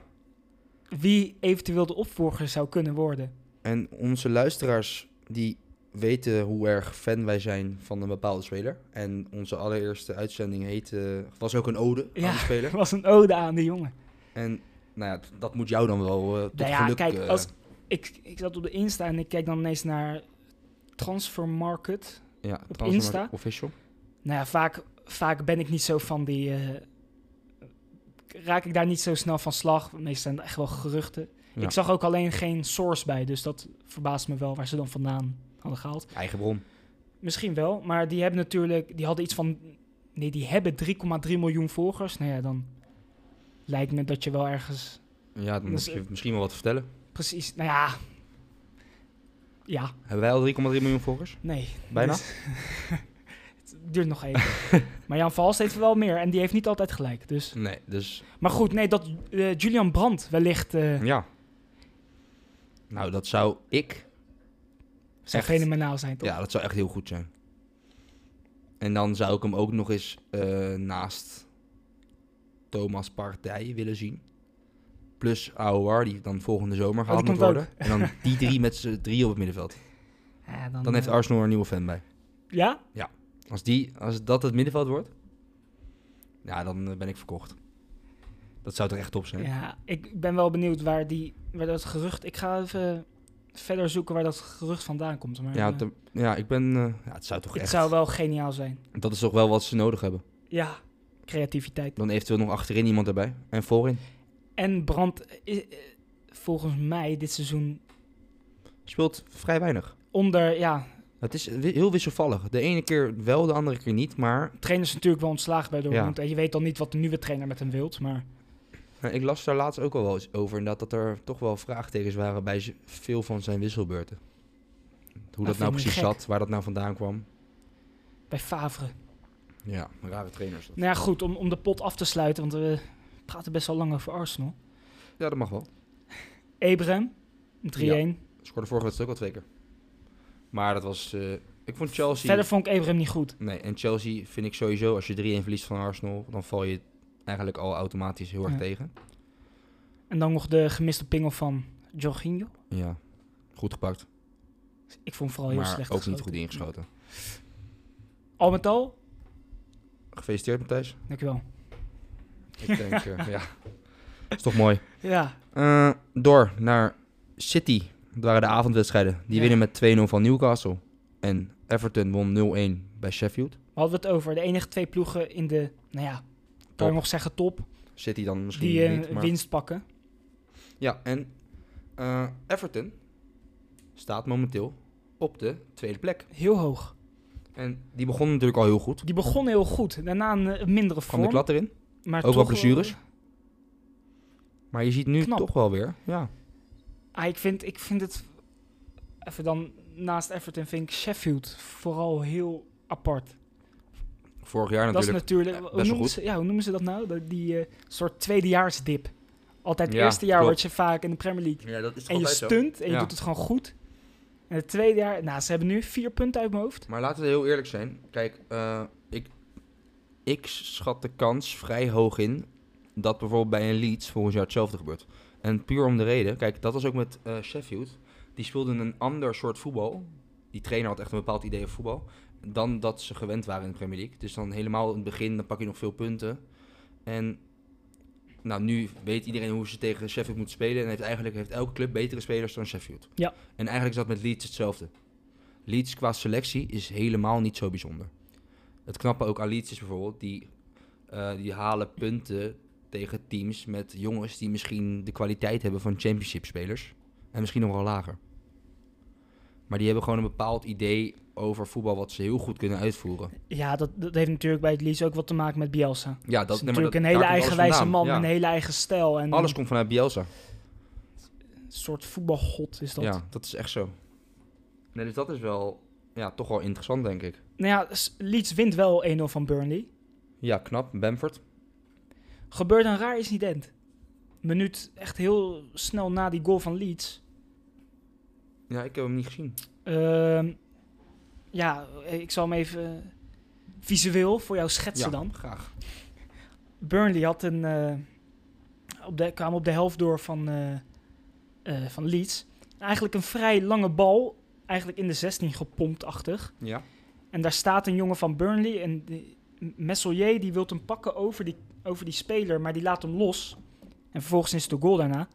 [SPEAKER 2] wie eventueel de opvolger zou kunnen worden.
[SPEAKER 1] en onze luisteraars die weten hoe erg fan wij zijn van een bepaalde speler. En onze allereerste uitzending heette, was ook een ode
[SPEAKER 2] Ja.
[SPEAKER 1] aan de speler.
[SPEAKER 2] Er was een ode aan die jongen.
[SPEAKER 1] En nou ja, d- dat moet jou dan wel eh tot
[SPEAKER 2] Nou ja,
[SPEAKER 1] geluk...
[SPEAKER 2] kijk,
[SPEAKER 1] eh,
[SPEAKER 2] als- Ik, ik zat op de Insta en ik kijk dan ineens naar Transfermarkt.
[SPEAKER 1] ja,
[SPEAKER 2] op
[SPEAKER 1] Transfermarkt
[SPEAKER 2] Insta.
[SPEAKER 1] Official.
[SPEAKER 2] Nou ja, vaak, vaak ben ik niet zo van die. eh, raak ik daar niet zo snel van slag. Meestal zijn het echt wel geruchten.
[SPEAKER 1] Ja.
[SPEAKER 2] Ik zag ook alleen geen source bij, dus dat verbaast me wel waar ze dan vandaan hadden gehaald.
[SPEAKER 1] Eigen bron.
[SPEAKER 2] Misschien wel, maar die hebben natuurlijk. Die hadden iets van. Nee, die hebben 3,3 miljoen volgers. Nou ja, dan lijkt me dat je wel ergens.
[SPEAKER 1] Ja, dan
[SPEAKER 2] Dus,
[SPEAKER 1] moet je misschien wel wat te vertellen.
[SPEAKER 2] Precies. Nou ja. Ja,
[SPEAKER 1] Hebben wij al 3,3 miljoen volgers?
[SPEAKER 2] nee.
[SPEAKER 1] Bijna?
[SPEAKER 2] Dus- het duurt nog even. maar Jan Valst heeft er wel meer en die heeft niet altijd gelijk. Dus.
[SPEAKER 1] Nee, dus
[SPEAKER 2] Maar goed, nee, dat eh, Julian Brandt wellicht eh
[SPEAKER 1] ja. Nou, dat zou ik...
[SPEAKER 2] zou
[SPEAKER 1] Echt?
[SPEAKER 2] fenomenaal zijn, toch?
[SPEAKER 1] Ja, dat zou echt heel goed zijn. En dan zou ik hem ook nog eens eh, naast Thomas Partij willen zien. Plus Aouar, die dan volgende zomer gehaald
[SPEAKER 2] Oh, die
[SPEAKER 1] moet
[SPEAKER 2] komt
[SPEAKER 1] worden. En dan die drie met z'n drie op het middenveld.
[SPEAKER 2] Ja,
[SPEAKER 1] Dan heeft
[SPEAKER 2] eh,
[SPEAKER 1] Arsenal er een nieuwe fan bij.
[SPEAKER 2] Ja?
[SPEAKER 1] Als, die, als dat het middenveld wordt, ja, dan eh, ben ik verkocht. Dat zou toch echt top zijn?
[SPEAKER 2] Ja, ik ben wel benieuwd waar, die, waar dat gerucht... Ik ga even verder zoeken waar dat gerucht vandaan komt. Maar,
[SPEAKER 1] Ja,
[SPEAKER 2] eh,
[SPEAKER 1] te- ja ik ben... eh, ja, het zou toch
[SPEAKER 2] het
[SPEAKER 1] echt...
[SPEAKER 2] zou wel geniaal zijn.
[SPEAKER 1] Dat is toch wel wat ze nodig hebben.
[SPEAKER 2] Ja, creativiteit.
[SPEAKER 1] Dan eventueel nog achterin iemand erbij. En voorin.
[SPEAKER 2] En Brandt eh, eh, volgens mij dit seizoen
[SPEAKER 1] Speelt vrij weinig.
[SPEAKER 2] onder... Ja,
[SPEAKER 1] Het is wi- heel wisselvallig. De ene keer wel, de andere keer niet. Maar
[SPEAKER 2] de trainer is natuurlijk wel ontslagen bij Dortmund.
[SPEAKER 1] Ja.
[SPEAKER 2] En je weet dan niet wat de nieuwe trainer met hem wilt. Maar
[SPEAKER 1] eh, ik las daar laatst ook al wel eens over. Inderdaad, dat er toch wel vraagtekens waren bij z- veel van zijn wisselbeurten. Hoe dat
[SPEAKER 2] vind ik
[SPEAKER 1] nou
[SPEAKER 2] niet
[SPEAKER 1] precies
[SPEAKER 2] gek.
[SPEAKER 1] zat, waar dat nou vandaan kwam.
[SPEAKER 2] bij Favre...
[SPEAKER 1] Ja, rare trainers.
[SPEAKER 2] Nou ja, goed, om, om de pot af te sluiten, want we praten best wel lang over Arsenal.
[SPEAKER 1] Ja, dat mag wel.
[SPEAKER 2] Abraham, 3-1.
[SPEAKER 1] Scoorde vorige wedstrijd ook al twee keer. Maar dat was... eh, ik vond Chelsea...
[SPEAKER 2] Verder vond ik Abraham niet goed.
[SPEAKER 1] Nee, en Chelsea vind ik sowieso, als je 3-1 verliest van Arsenal, dan val je eigenlijk al automatisch heel erg
[SPEAKER 2] Ja.
[SPEAKER 1] tegen.
[SPEAKER 2] En dan nog de gemiste pingel van Jorginho.
[SPEAKER 1] Ja, goed gepakt.
[SPEAKER 2] Ik vond hem vooral heel
[SPEAKER 1] Maar ook
[SPEAKER 2] slecht
[SPEAKER 1] niet
[SPEAKER 2] geschoten.
[SPEAKER 1] goed ingeschoten.
[SPEAKER 2] Al met al,
[SPEAKER 1] Gefeliciteerd, Matthijs.
[SPEAKER 2] dankjewel.
[SPEAKER 1] Ik denk, eh, ja. Is toch mooi.
[SPEAKER 2] Ja,
[SPEAKER 1] Eh, door naar City. Dat waren de avondwedstrijden. Die
[SPEAKER 2] Ja.
[SPEAKER 1] winnen met 2-0 van Newcastle. En Everton won 0-1 bij Sheffield.
[SPEAKER 2] we hadden het over de enige twee ploegen in de, nou ja, kan je nog zeggen top,
[SPEAKER 1] City dan misschien
[SPEAKER 2] die eh,
[SPEAKER 1] niet, maar...
[SPEAKER 2] winst pakken.
[SPEAKER 1] Ja, en eh, Everton staat momenteel op de tweede plek.
[SPEAKER 2] Heel hoog.
[SPEAKER 1] En die begon natuurlijk al heel goed.
[SPEAKER 2] Die begon heel goed, daarna een eh, mindere
[SPEAKER 1] Kwam de
[SPEAKER 2] vorm.
[SPEAKER 1] klad erin.
[SPEAKER 2] maar
[SPEAKER 1] Ook wel
[SPEAKER 2] toch, eh,
[SPEAKER 1] blessures. Maar je ziet nu
[SPEAKER 2] Knap.
[SPEAKER 1] toch wel weer. Ja.
[SPEAKER 2] Ah, ik, vind, ik vind het, even dan naast Everton, vind ik Sheffield vooral heel apart.
[SPEAKER 1] Vorig jaar
[SPEAKER 2] Dat is
[SPEAKER 1] natuurlijk.
[SPEAKER 2] natuurlijk,
[SPEAKER 1] eh, best
[SPEAKER 2] hoe
[SPEAKER 1] wel
[SPEAKER 2] noemen,
[SPEAKER 1] goed.
[SPEAKER 2] ze, ja, hoe noemen ze dat nou? Dat- Die eh, soort tweedejaarsdip. Altijd het
[SPEAKER 1] Ja,
[SPEAKER 2] eerste jaar
[SPEAKER 1] klopt.
[SPEAKER 2] word je vaak in de Premier League.
[SPEAKER 1] Ja, dat is
[SPEAKER 2] En je stunt en je
[SPEAKER 1] Ja.
[SPEAKER 2] doet het gewoon goed. En het tweede jaar, nou, ze hebben nu vier punten uit mijn hoofd.
[SPEAKER 1] Maar laten we heel eerlijk zijn. Kijk, eh, ik, ik schat de kans vrij hoog in dat bijvoorbeeld bij een Leeds volgend jaar hetzelfde gebeurt. En puur om de reden, kijk, dat was ook met eh, Sheffield. Die speelden een ander soort voetbal. Die trainer had echt een bepaald idee van voetbal. Dan dat ze gewend waren in de Premier League. Dus dan helemaal in het begin, dan pak je nog veel punten. En nou, nu weet iedereen hoe ze tegen Sheffield moeten spelen. En heeft eigenlijk heeft elke club betere spelers dan Sheffield.
[SPEAKER 2] Ja.
[SPEAKER 1] En eigenlijk is dat met Leeds hetzelfde. Leeds qua selectie is helemaal niet zo bijzonder. Het knappe ook aan Leeds is bijvoorbeeld, die, eh, die halen punten tegen teams met jongens die misschien de kwaliteit hebben van championship spelers. En misschien nog wel lager. Maar die hebben gewoon een bepaald idee over voetbal wat ze heel goed kunnen uitvoeren.
[SPEAKER 2] Ja, dat, dat heeft natuurlijk bij het Leeds ook wat te maken met Bielsa. Het
[SPEAKER 1] Ja, dat
[SPEAKER 2] is
[SPEAKER 1] nee, maar
[SPEAKER 2] natuurlijk
[SPEAKER 1] dat-
[SPEAKER 2] een
[SPEAKER 1] daar
[SPEAKER 2] hele
[SPEAKER 1] komt alles
[SPEAKER 2] eigenwijze
[SPEAKER 1] vandaan.
[SPEAKER 2] man,
[SPEAKER 1] Ja.
[SPEAKER 2] een hele eigen stijl. En
[SPEAKER 1] Alles komt vanuit Bielsa.
[SPEAKER 2] een soort voetbalgod is dat.
[SPEAKER 1] Ja, dat is echt zo. Nee, dus dat is wel ja, toch wel interessant, denk ik.
[SPEAKER 2] Nou ja, S- Leeds wint wel 1-0 van Burnley.
[SPEAKER 1] Ja, knap. Bamford.
[SPEAKER 2] Gebeurt een raar incident. Minuut echt heel snel na die goal van Leeds.
[SPEAKER 1] Ja, ik heb hem niet gezien.
[SPEAKER 2] Ehm, ja, ik zal hem even eh, visueel voor jou schetsen
[SPEAKER 1] ja,
[SPEAKER 2] dan.
[SPEAKER 1] graag.
[SPEAKER 2] Burnley had een, eh, op de, kwam op de helft door van, eh, eh, van Leeds. Eigenlijk een vrij lange bal, eigenlijk in de 16 gepompt-achtig.
[SPEAKER 1] Ja.
[SPEAKER 2] En daar staat een jongen van Burnley en die- Messelier die wil hem pakken over die, over die speler, maar die laat hem los. En vervolgens is het de goal daarna.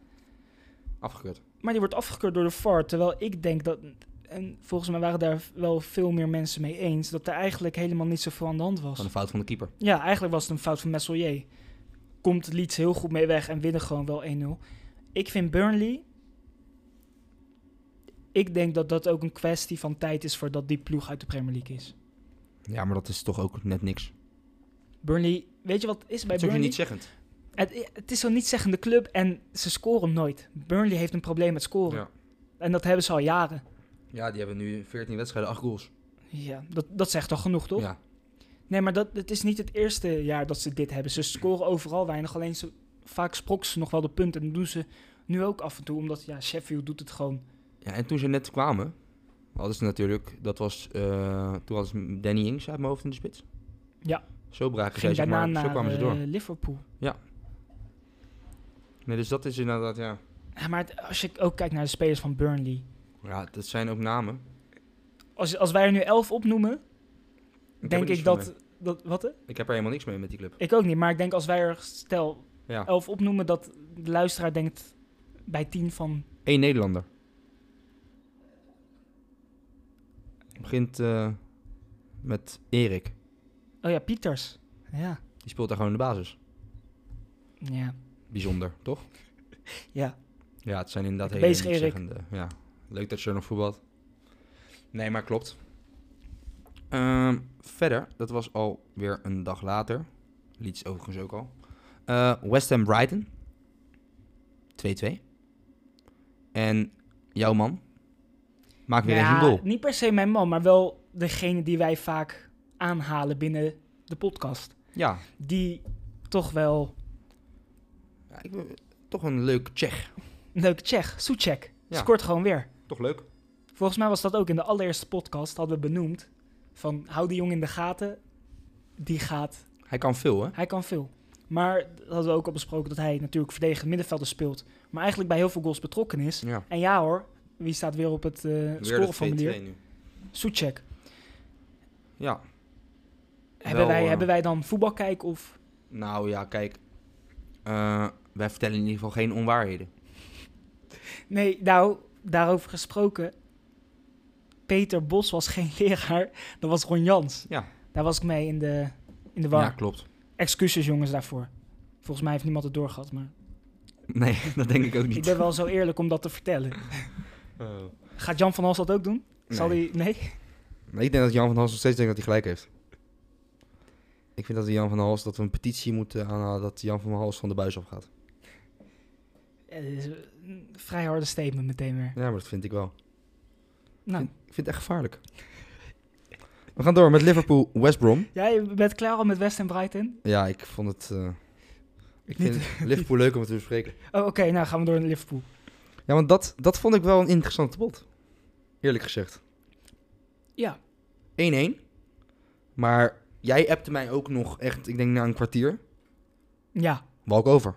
[SPEAKER 1] Afgekeurd.
[SPEAKER 2] Maar die wordt afgekeurd door de VAR. Terwijl ik denk dat. En volgens mij waren daar wel veel meer mensen mee eens. Dat er eigenlijk helemaal niet zoveel aan de hand was.
[SPEAKER 1] Van de fout van de keeper.
[SPEAKER 2] Ja, eigenlijk was het een fout van Messelier. Komt Leeds heel goed mee weg en winnen gewoon wel 1-0. Ik vind Burnley. Ik denk dat dat ook een kwestie van tijd is voordat die ploeg uit de Premier League is.
[SPEAKER 1] Ja, maar dat is toch ook net niks.
[SPEAKER 2] Burnley, weet je wat het is
[SPEAKER 1] Dat
[SPEAKER 2] bij
[SPEAKER 1] is ook
[SPEAKER 2] Burnley?
[SPEAKER 1] niet zeggend.
[SPEAKER 2] het, het is zo'n nietszeggende club en ze scoren nooit. Burnley heeft een probleem met scoren.
[SPEAKER 1] Ja.
[SPEAKER 2] En dat hebben ze al jaren.
[SPEAKER 1] ja, die hebben nu 14 wedstrijden, 8 goals.
[SPEAKER 2] Ja, dat, dat zegt al genoeg, toch?
[SPEAKER 1] Ja.
[SPEAKER 2] Nee, maar dat, het is niet het eerste jaar dat ze dit hebben. Ze scoren overal weinig. Alleen ze, vaak sprokken ze nog wel de punten. En dat doen ze nu ook af en toe. Omdat ja, Sheffield doet het gewoon.
[SPEAKER 1] ja. En toen ze net kwamen, hadden ze natuurlijk... Dat was... eh, toen was Danny Ings uit mijn hoofd in de spits.
[SPEAKER 2] Ja.
[SPEAKER 1] Zo braken zij,
[SPEAKER 2] Ging
[SPEAKER 1] zeg
[SPEAKER 2] daarna
[SPEAKER 1] maar. Zo
[SPEAKER 2] naar
[SPEAKER 1] kwamen ze
[SPEAKER 2] eh,
[SPEAKER 1] door.
[SPEAKER 2] Liverpool.
[SPEAKER 1] Nee, dus dat is inderdaad, ja...
[SPEAKER 2] Ja, maar het- als je ook kijkt naar de spelers van Burnley.
[SPEAKER 1] Ja, dat zijn ook namen.
[SPEAKER 2] Als, als wij er nu elf opnoemen,
[SPEAKER 1] heb er
[SPEAKER 2] denk
[SPEAKER 1] niks
[SPEAKER 2] ik
[SPEAKER 1] van
[SPEAKER 2] dat,
[SPEAKER 1] mee.
[SPEAKER 2] dat... Wat? hè?
[SPEAKER 1] Ik heb er helemaal niks mee met die club.
[SPEAKER 2] Ik ook niet. Maar ik denk als wij er stel
[SPEAKER 1] Ja.
[SPEAKER 2] elf opnoemen... dat de luisteraar denkt bij tien van...
[SPEAKER 1] Eén Nederlander. Begint eh, met Erik.
[SPEAKER 2] Oh ja, Pieters. Ja.
[SPEAKER 1] Die speelt daar gewoon in de basis.
[SPEAKER 2] Ja.
[SPEAKER 1] Bijzonder, toch?
[SPEAKER 2] Ja.
[SPEAKER 1] Ja, het zijn inderdaad
[SPEAKER 2] Lekker
[SPEAKER 1] hele
[SPEAKER 2] bezig, Erik.
[SPEAKER 1] nietszeggende- Ja. Leuk dat je er nog voetbalt. Nee, maar klopt. Ehm, verder, dat was alweer een dag later. Leeds overigens ook al. Eh, West Ham Brighton. 2-2. En jouw man maakt weer eens
[SPEAKER 2] Ja,
[SPEAKER 1] een goal.
[SPEAKER 2] Niet per se mijn man, maar wel degene die wij vaak aanhalen binnen de podcast.
[SPEAKER 1] Ja,
[SPEAKER 2] Die toch wel.
[SPEAKER 1] Ja, ik, ben- toch een leuk Tsjech.
[SPEAKER 2] Leuk, Tsjech, Soetjek.
[SPEAKER 1] Ja.
[SPEAKER 2] Scoort gewoon weer.
[SPEAKER 1] Toch leuk?
[SPEAKER 2] Volgens mij was dat ook in de allereerste podcast, hadden we benoemd. Van hou die jongen in de gaten. Die gaat.
[SPEAKER 1] Hij kan veel, hè?
[SPEAKER 2] Hij kan veel. Maar dat hadden we ook al besproken dat hij natuurlijk verdedigend middenvelder speelt. Maar eigenlijk bij heel veel goals betrokken is.
[SPEAKER 1] Ja.
[SPEAKER 2] En ja hoor, wie staat weer op het eh scoreformulier?
[SPEAKER 1] nu.
[SPEAKER 2] Soetjek.
[SPEAKER 1] Ja.
[SPEAKER 2] Hebben,
[SPEAKER 1] Wel,
[SPEAKER 2] wij-
[SPEAKER 1] eh,
[SPEAKER 2] hebben wij dan voetbalkijk of
[SPEAKER 1] Nou ja, kijk. Eh, wij vertellen in ieder geval geen onwaarheden.
[SPEAKER 2] Nee, nou, daarover gesproken. Peter Bos was geen leraar, dat was Ron Jans.
[SPEAKER 1] Ja.
[SPEAKER 2] Daar was ik mee in de, in de war.
[SPEAKER 1] Ja, klopt.
[SPEAKER 2] Excuses jongens daarvoor. Volgens mij heeft niemand het doorgehad, maar
[SPEAKER 1] Nee, dat denk ik ook
[SPEAKER 2] ik
[SPEAKER 1] niet. Oh.
[SPEAKER 2] ben wel zo eerlijk om dat te vertellen. Gaat Jan van Hals dat ook doen? Zal
[SPEAKER 1] Nee.
[SPEAKER 2] hij... Nee?
[SPEAKER 1] Nee, ik denk dat Jan van Hals nog steeds denkt dat hij gelijk heeft. Ik vind dat Jan van Hals dat we een petitie moeten aanhalen dat Jan van Hals van de buis afgaat.
[SPEAKER 2] Ja, dit is een vrij harde statement meteen weer.
[SPEAKER 1] Ja, maar dat vind ik wel.
[SPEAKER 2] Nou,
[SPEAKER 1] Ik vind het echt gevaarlijk. We gaan door met Liverpool West Brom.
[SPEAKER 2] jij bent klaar al met West en Brighton?
[SPEAKER 1] Ja, ik vond het. eh, ik
[SPEAKER 2] Niet-
[SPEAKER 1] vind Liverpool leuk om het te bespreken.
[SPEAKER 2] Oh, oké, nou gaan we door naar Liverpool.
[SPEAKER 1] Ja, want dat, dat vond ik wel een interessante bot. Eerlijk gezegd.
[SPEAKER 2] Ja,
[SPEAKER 1] 1-1. Maar jij appte mij ook nog echt, ik denk na een kwartier,
[SPEAKER 2] ja.
[SPEAKER 1] walk over.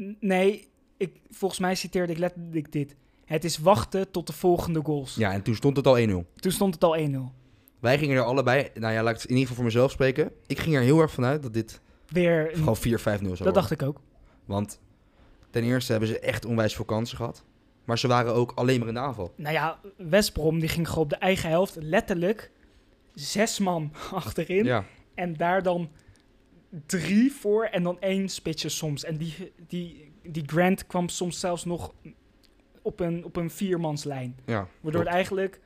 [SPEAKER 2] N- Nee, ik, volgens mij citeerde ik letterlijk dit. Het is wachten tot de volgende goals.
[SPEAKER 1] Ja, en toen stond het al 1-0.
[SPEAKER 2] Toen stond het al 1-0.
[SPEAKER 1] Wij gingen er allebei, nou ja, laat ik het in ieder geval voor mezelf spreken. Ik ging er heel erg vanuit dat dit
[SPEAKER 2] Weer. een-
[SPEAKER 1] gewoon 4-5-0 zou worden.
[SPEAKER 2] dat dacht ik ook.
[SPEAKER 1] Want ten eerste hebben ze echt onwijs veel kansen gehad. Maar ze waren ook alleen maar in de aanval.
[SPEAKER 2] Nou ja, West Brom die ging gewoon op de eigen helft letterlijk zes man achterin.
[SPEAKER 1] Ja.
[SPEAKER 2] En daar dan drie voor en dan één spitsje soms. En die, die, die Grant kwam soms zelfs nog op een, op een viermanslijn.
[SPEAKER 1] ja
[SPEAKER 2] Waardoor het eigenlijk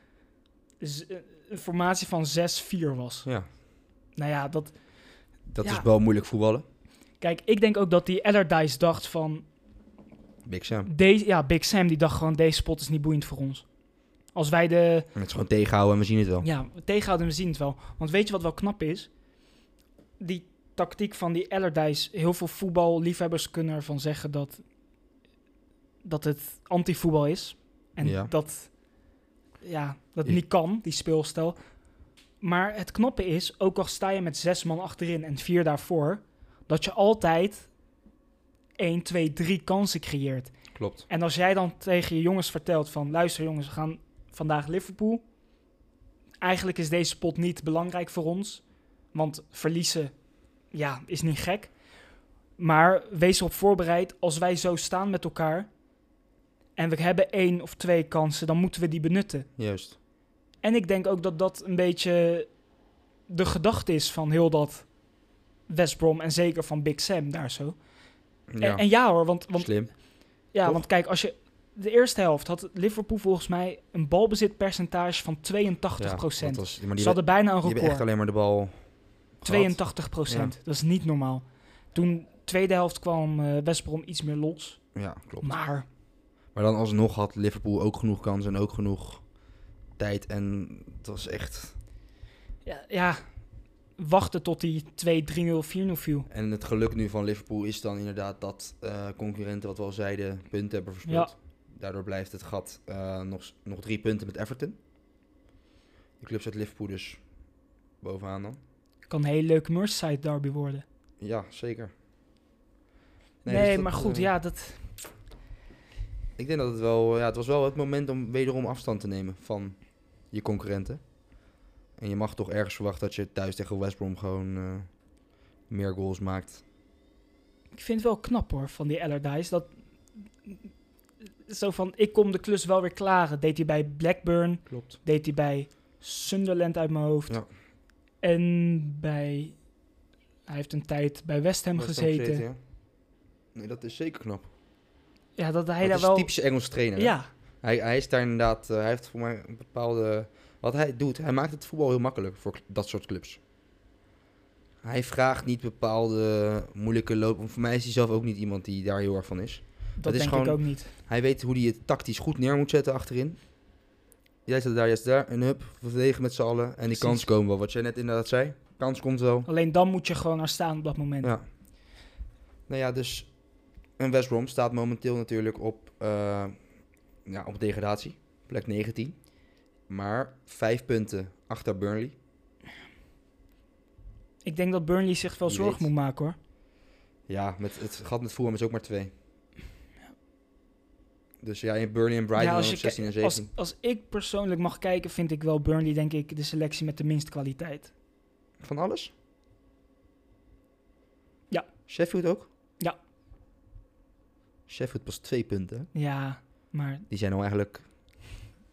[SPEAKER 2] z- eh, een formatie van 6-4 was.
[SPEAKER 1] Ja,
[SPEAKER 2] Nou ja, dat,
[SPEAKER 1] dat
[SPEAKER 2] Ja.
[SPEAKER 1] is wel moeilijk voetballen.
[SPEAKER 2] kijk, ik denk ook dat die Allardyce dacht van...
[SPEAKER 1] Big Sam.
[SPEAKER 2] Deze, ja, Big Sam die dacht gewoon, deze spot is niet boeiend voor ons. Als wij de,
[SPEAKER 1] En het is gewoon tegenhouden en we zien het wel.
[SPEAKER 2] Ja, tegenhouden, we zien het wel. Want weet je wat wel knap is? Die tactiek van die Allardyce. Heel veel voetballiefhebbers kunnen ervan zeggen dat, dat het anti-voetbal is. En
[SPEAKER 1] Ja.
[SPEAKER 2] dat, ja, dat
[SPEAKER 1] Ja.
[SPEAKER 2] niet kan, die speelstijl. Maar het knappe is, ook al sta je met zes man achterin en vier daarvoor... dat je altijd 1, 2, 3 kansen creëert.
[SPEAKER 1] Klopt.
[SPEAKER 2] En als jij dan tegen je jongens vertelt van... luister jongens, we gaan vandaag Liverpool. Eigenlijk is deze pot niet belangrijk voor ons. Want verliezen, ja, is niet gek. Maar wees erop voorbereid, als wij zo staan met elkaar... en we hebben één of twee kansen, dan moeten we die benutten.
[SPEAKER 1] Juist.
[SPEAKER 2] En ik denk ook dat dat een beetje de gedachte is van heel dat West Brom... en zeker van Big Sam daar zo.
[SPEAKER 1] Ja,
[SPEAKER 2] En, en ja hoor, want, want
[SPEAKER 1] slim.
[SPEAKER 2] ja,
[SPEAKER 1] Toch?
[SPEAKER 2] want kijk, als je de eerste helft had Liverpool volgens mij een balbezitpercentage van 82
[SPEAKER 1] Ja, dat was- maar
[SPEAKER 2] Ze
[SPEAKER 1] die,
[SPEAKER 2] hadden bijna een
[SPEAKER 1] die hebben echt
[SPEAKER 2] record.
[SPEAKER 1] alleen maar de bal
[SPEAKER 2] 82 Dat is niet normaal. Toen tweede helft kwam eh West Brom iets meer los.
[SPEAKER 1] gehad. Ja, klopt.
[SPEAKER 2] Maar
[SPEAKER 1] Maar dan alsnog had Liverpool ook genoeg kansen en ook genoeg tijd. En het was echt...
[SPEAKER 2] ja, ja wachten tot die 2-3-0, 4-0 viel.
[SPEAKER 1] En het geluk nu van Liverpool is dan inderdaad dat eh, concurrenten, wat we al zeiden, punten hebben verspeeld. Daardoor blijft het gat eh, nog, s- nog drie punten met Everton. De club zet Liverpool dus bovenaan dan.
[SPEAKER 2] Kan een hele leuke Merseyside derby worden.
[SPEAKER 1] Ja, zeker.
[SPEAKER 2] Nee,
[SPEAKER 1] dus dat,
[SPEAKER 2] maar goed,
[SPEAKER 1] eh,
[SPEAKER 2] ja, dat...
[SPEAKER 1] Ik denk dat het wel... Ja, het was wel het moment om wederom afstand te nemen van je concurrenten. En je mag toch ergens verwachten dat je thuis tegen West Brom gewoon eh, meer goals maakt.
[SPEAKER 2] Ik vind het wel knap hoor, van die Allardyce. Dat... Zo van, ik kom de klus wel weer klaren. Deed hij bij Blackburn.
[SPEAKER 1] Klopt.
[SPEAKER 2] deed hij bij Sunderland uit mijn hoofd.
[SPEAKER 1] Ja.
[SPEAKER 2] En bij... Hij heeft een tijd bij West Ham gezeten.
[SPEAKER 1] ja. Nee, dat is zeker knap.
[SPEAKER 2] Ja, dat hij
[SPEAKER 1] Maar
[SPEAKER 2] daar
[SPEAKER 1] het is
[SPEAKER 2] wel...
[SPEAKER 1] typisch Engels trainer. hè?
[SPEAKER 2] ja,
[SPEAKER 1] Hij, hij is daar inderdaad, eh, hij heeft voor mij een bepaalde. Wat hij doet, hij maakt het voetbal heel makkelijk voor cl- dat soort clubs. Hij vraagt niet bepaalde moeilijke loop. want Voor mij is hij zelf ook niet iemand die daar heel erg van is.
[SPEAKER 2] dat,
[SPEAKER 1] is
[SPEAKER 2] denk
[SPEAKER 1] gewoon-
[SPEAKER 2] ik ook niet.
[SPEAKER 1] Hij weet hoe hij het tactisch goed neer moet zetten achterin. Jij staat daar, jij staat daar. En hup, we verdedigen met z'n allen. En die
[SPEAKER 2] Precies. Oh,
[SPEAKER 1] kans komen wel. Wat jij net inderdaad zei. Kans komt wel.
[SPEAKER 2] Alleen dan moet je gewoon er staan op dat moment.
[SPEAKER 1] Ja. Nou ja, dus. En West Brom staat momenteel natuurlijk op, eh, ja, op degradatie. Plek 19. Maar vijf punten achter Burnley.
[SPEAKER 2] Ik denk dat Burnley zich wel
[SPEAKER 1] Wie
[SPEAKER 2] zorgen
[SPEAKER 1] weet.
[SPEAKER 2] moet maken hoor.
[SPEAKER 1] Ja, met het gat met Fulham is ook maar twee. Dus ja, in Burnley en Brighton
[SPEAKER 2] ja,
[SPEAKER 1] dan op
[SPEAKER 2] ki-
[SPEAKER 1] 16 en
[SPEAKER 2] als,
[SPEAKER 1] 17.
[SPEAKER 2] als ik persoonlijk mag kijken, vind ik wel Burnley denk ik de selectie met de minste kwaliteit.
[SPEAKER 1] Van alles?
[SPEAKER 2] Ja.
[SPEAKER 1] Sheffield ook?
[SPEAKER 2] Ja.
[SPEAKER 1] Sheffield pas twee punten. hè?
[SPEAKER 2] Ja, maar
[SPEAKER 1] Die zijn nou eigenlijk...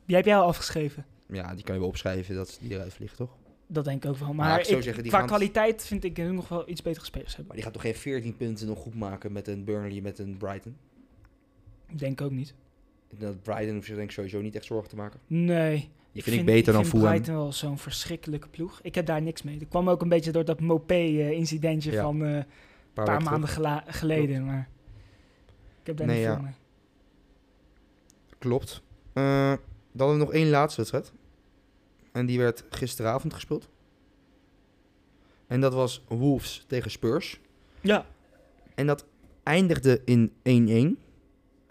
[SPEAKER 2] die heb jij al afgeschreven.
[SPEAKER 1] Ja, die kan je wel opschrijven dat die eruit vliegt, toch?
[SPEAKER 2] Dat denk ik ook wel. Maar,
[SPEAKER 1] Maar ik zou
[SPEAKER 2] ik-
[SPEAKER 1] zeggen, die
[SPEAKER 2] qua
[SPEAKER 1] gaan-
[SPEAKER 2] kwaliteit vind ik hun nog wel iets betere spelers hebben.
[SPEAKER 1] Maar die gaat toch geen 14 punten nog goed maken met een Burnley, met een Brighton?
[SPEAKER 2] Ik denk ook niet.
[SPEAKER 1] Ik denk Dat Brighton hoeft zich denk ik sowieso niet echt zorgen te maken.
[SPEAKER 2] Nee,
[SPEAKER 1] Die vind ik beter dan
[SPEAKER 2] Ik
[SPEAKER 1] Fulham.
[SPEAKER 2] vind Brighton wel zo'n verschrikkelijke ploeg. Ik heb daar niks mee. Dat kwam ook een beetje door dat Mopé-incidentje
[SPEAKER 1] Ja.
[SPEAKER 2] van eh, een
[SPEAKER 1] Een
[SPEAKER 2] paar,
[SPEAKER 1] weken
[SPEAKER 2] maanden gela- geleden. Maar ik heb daar
[SPEAKER 1] Nee,
[SPEAKER 2] niet veel
[SPEAKER 1] ja.
[SPEAKER 2] mee.
[SPEAKER 1] terug. Klopt. Eh, dan hadden we nog één laatste wedstrijd. En die werd gisteravond gespeeld. En dat was Wolves tegen Spurs.
[SPEAKER 2] Ja,
[SPEAKER 1] En dat eindigde in 1-1.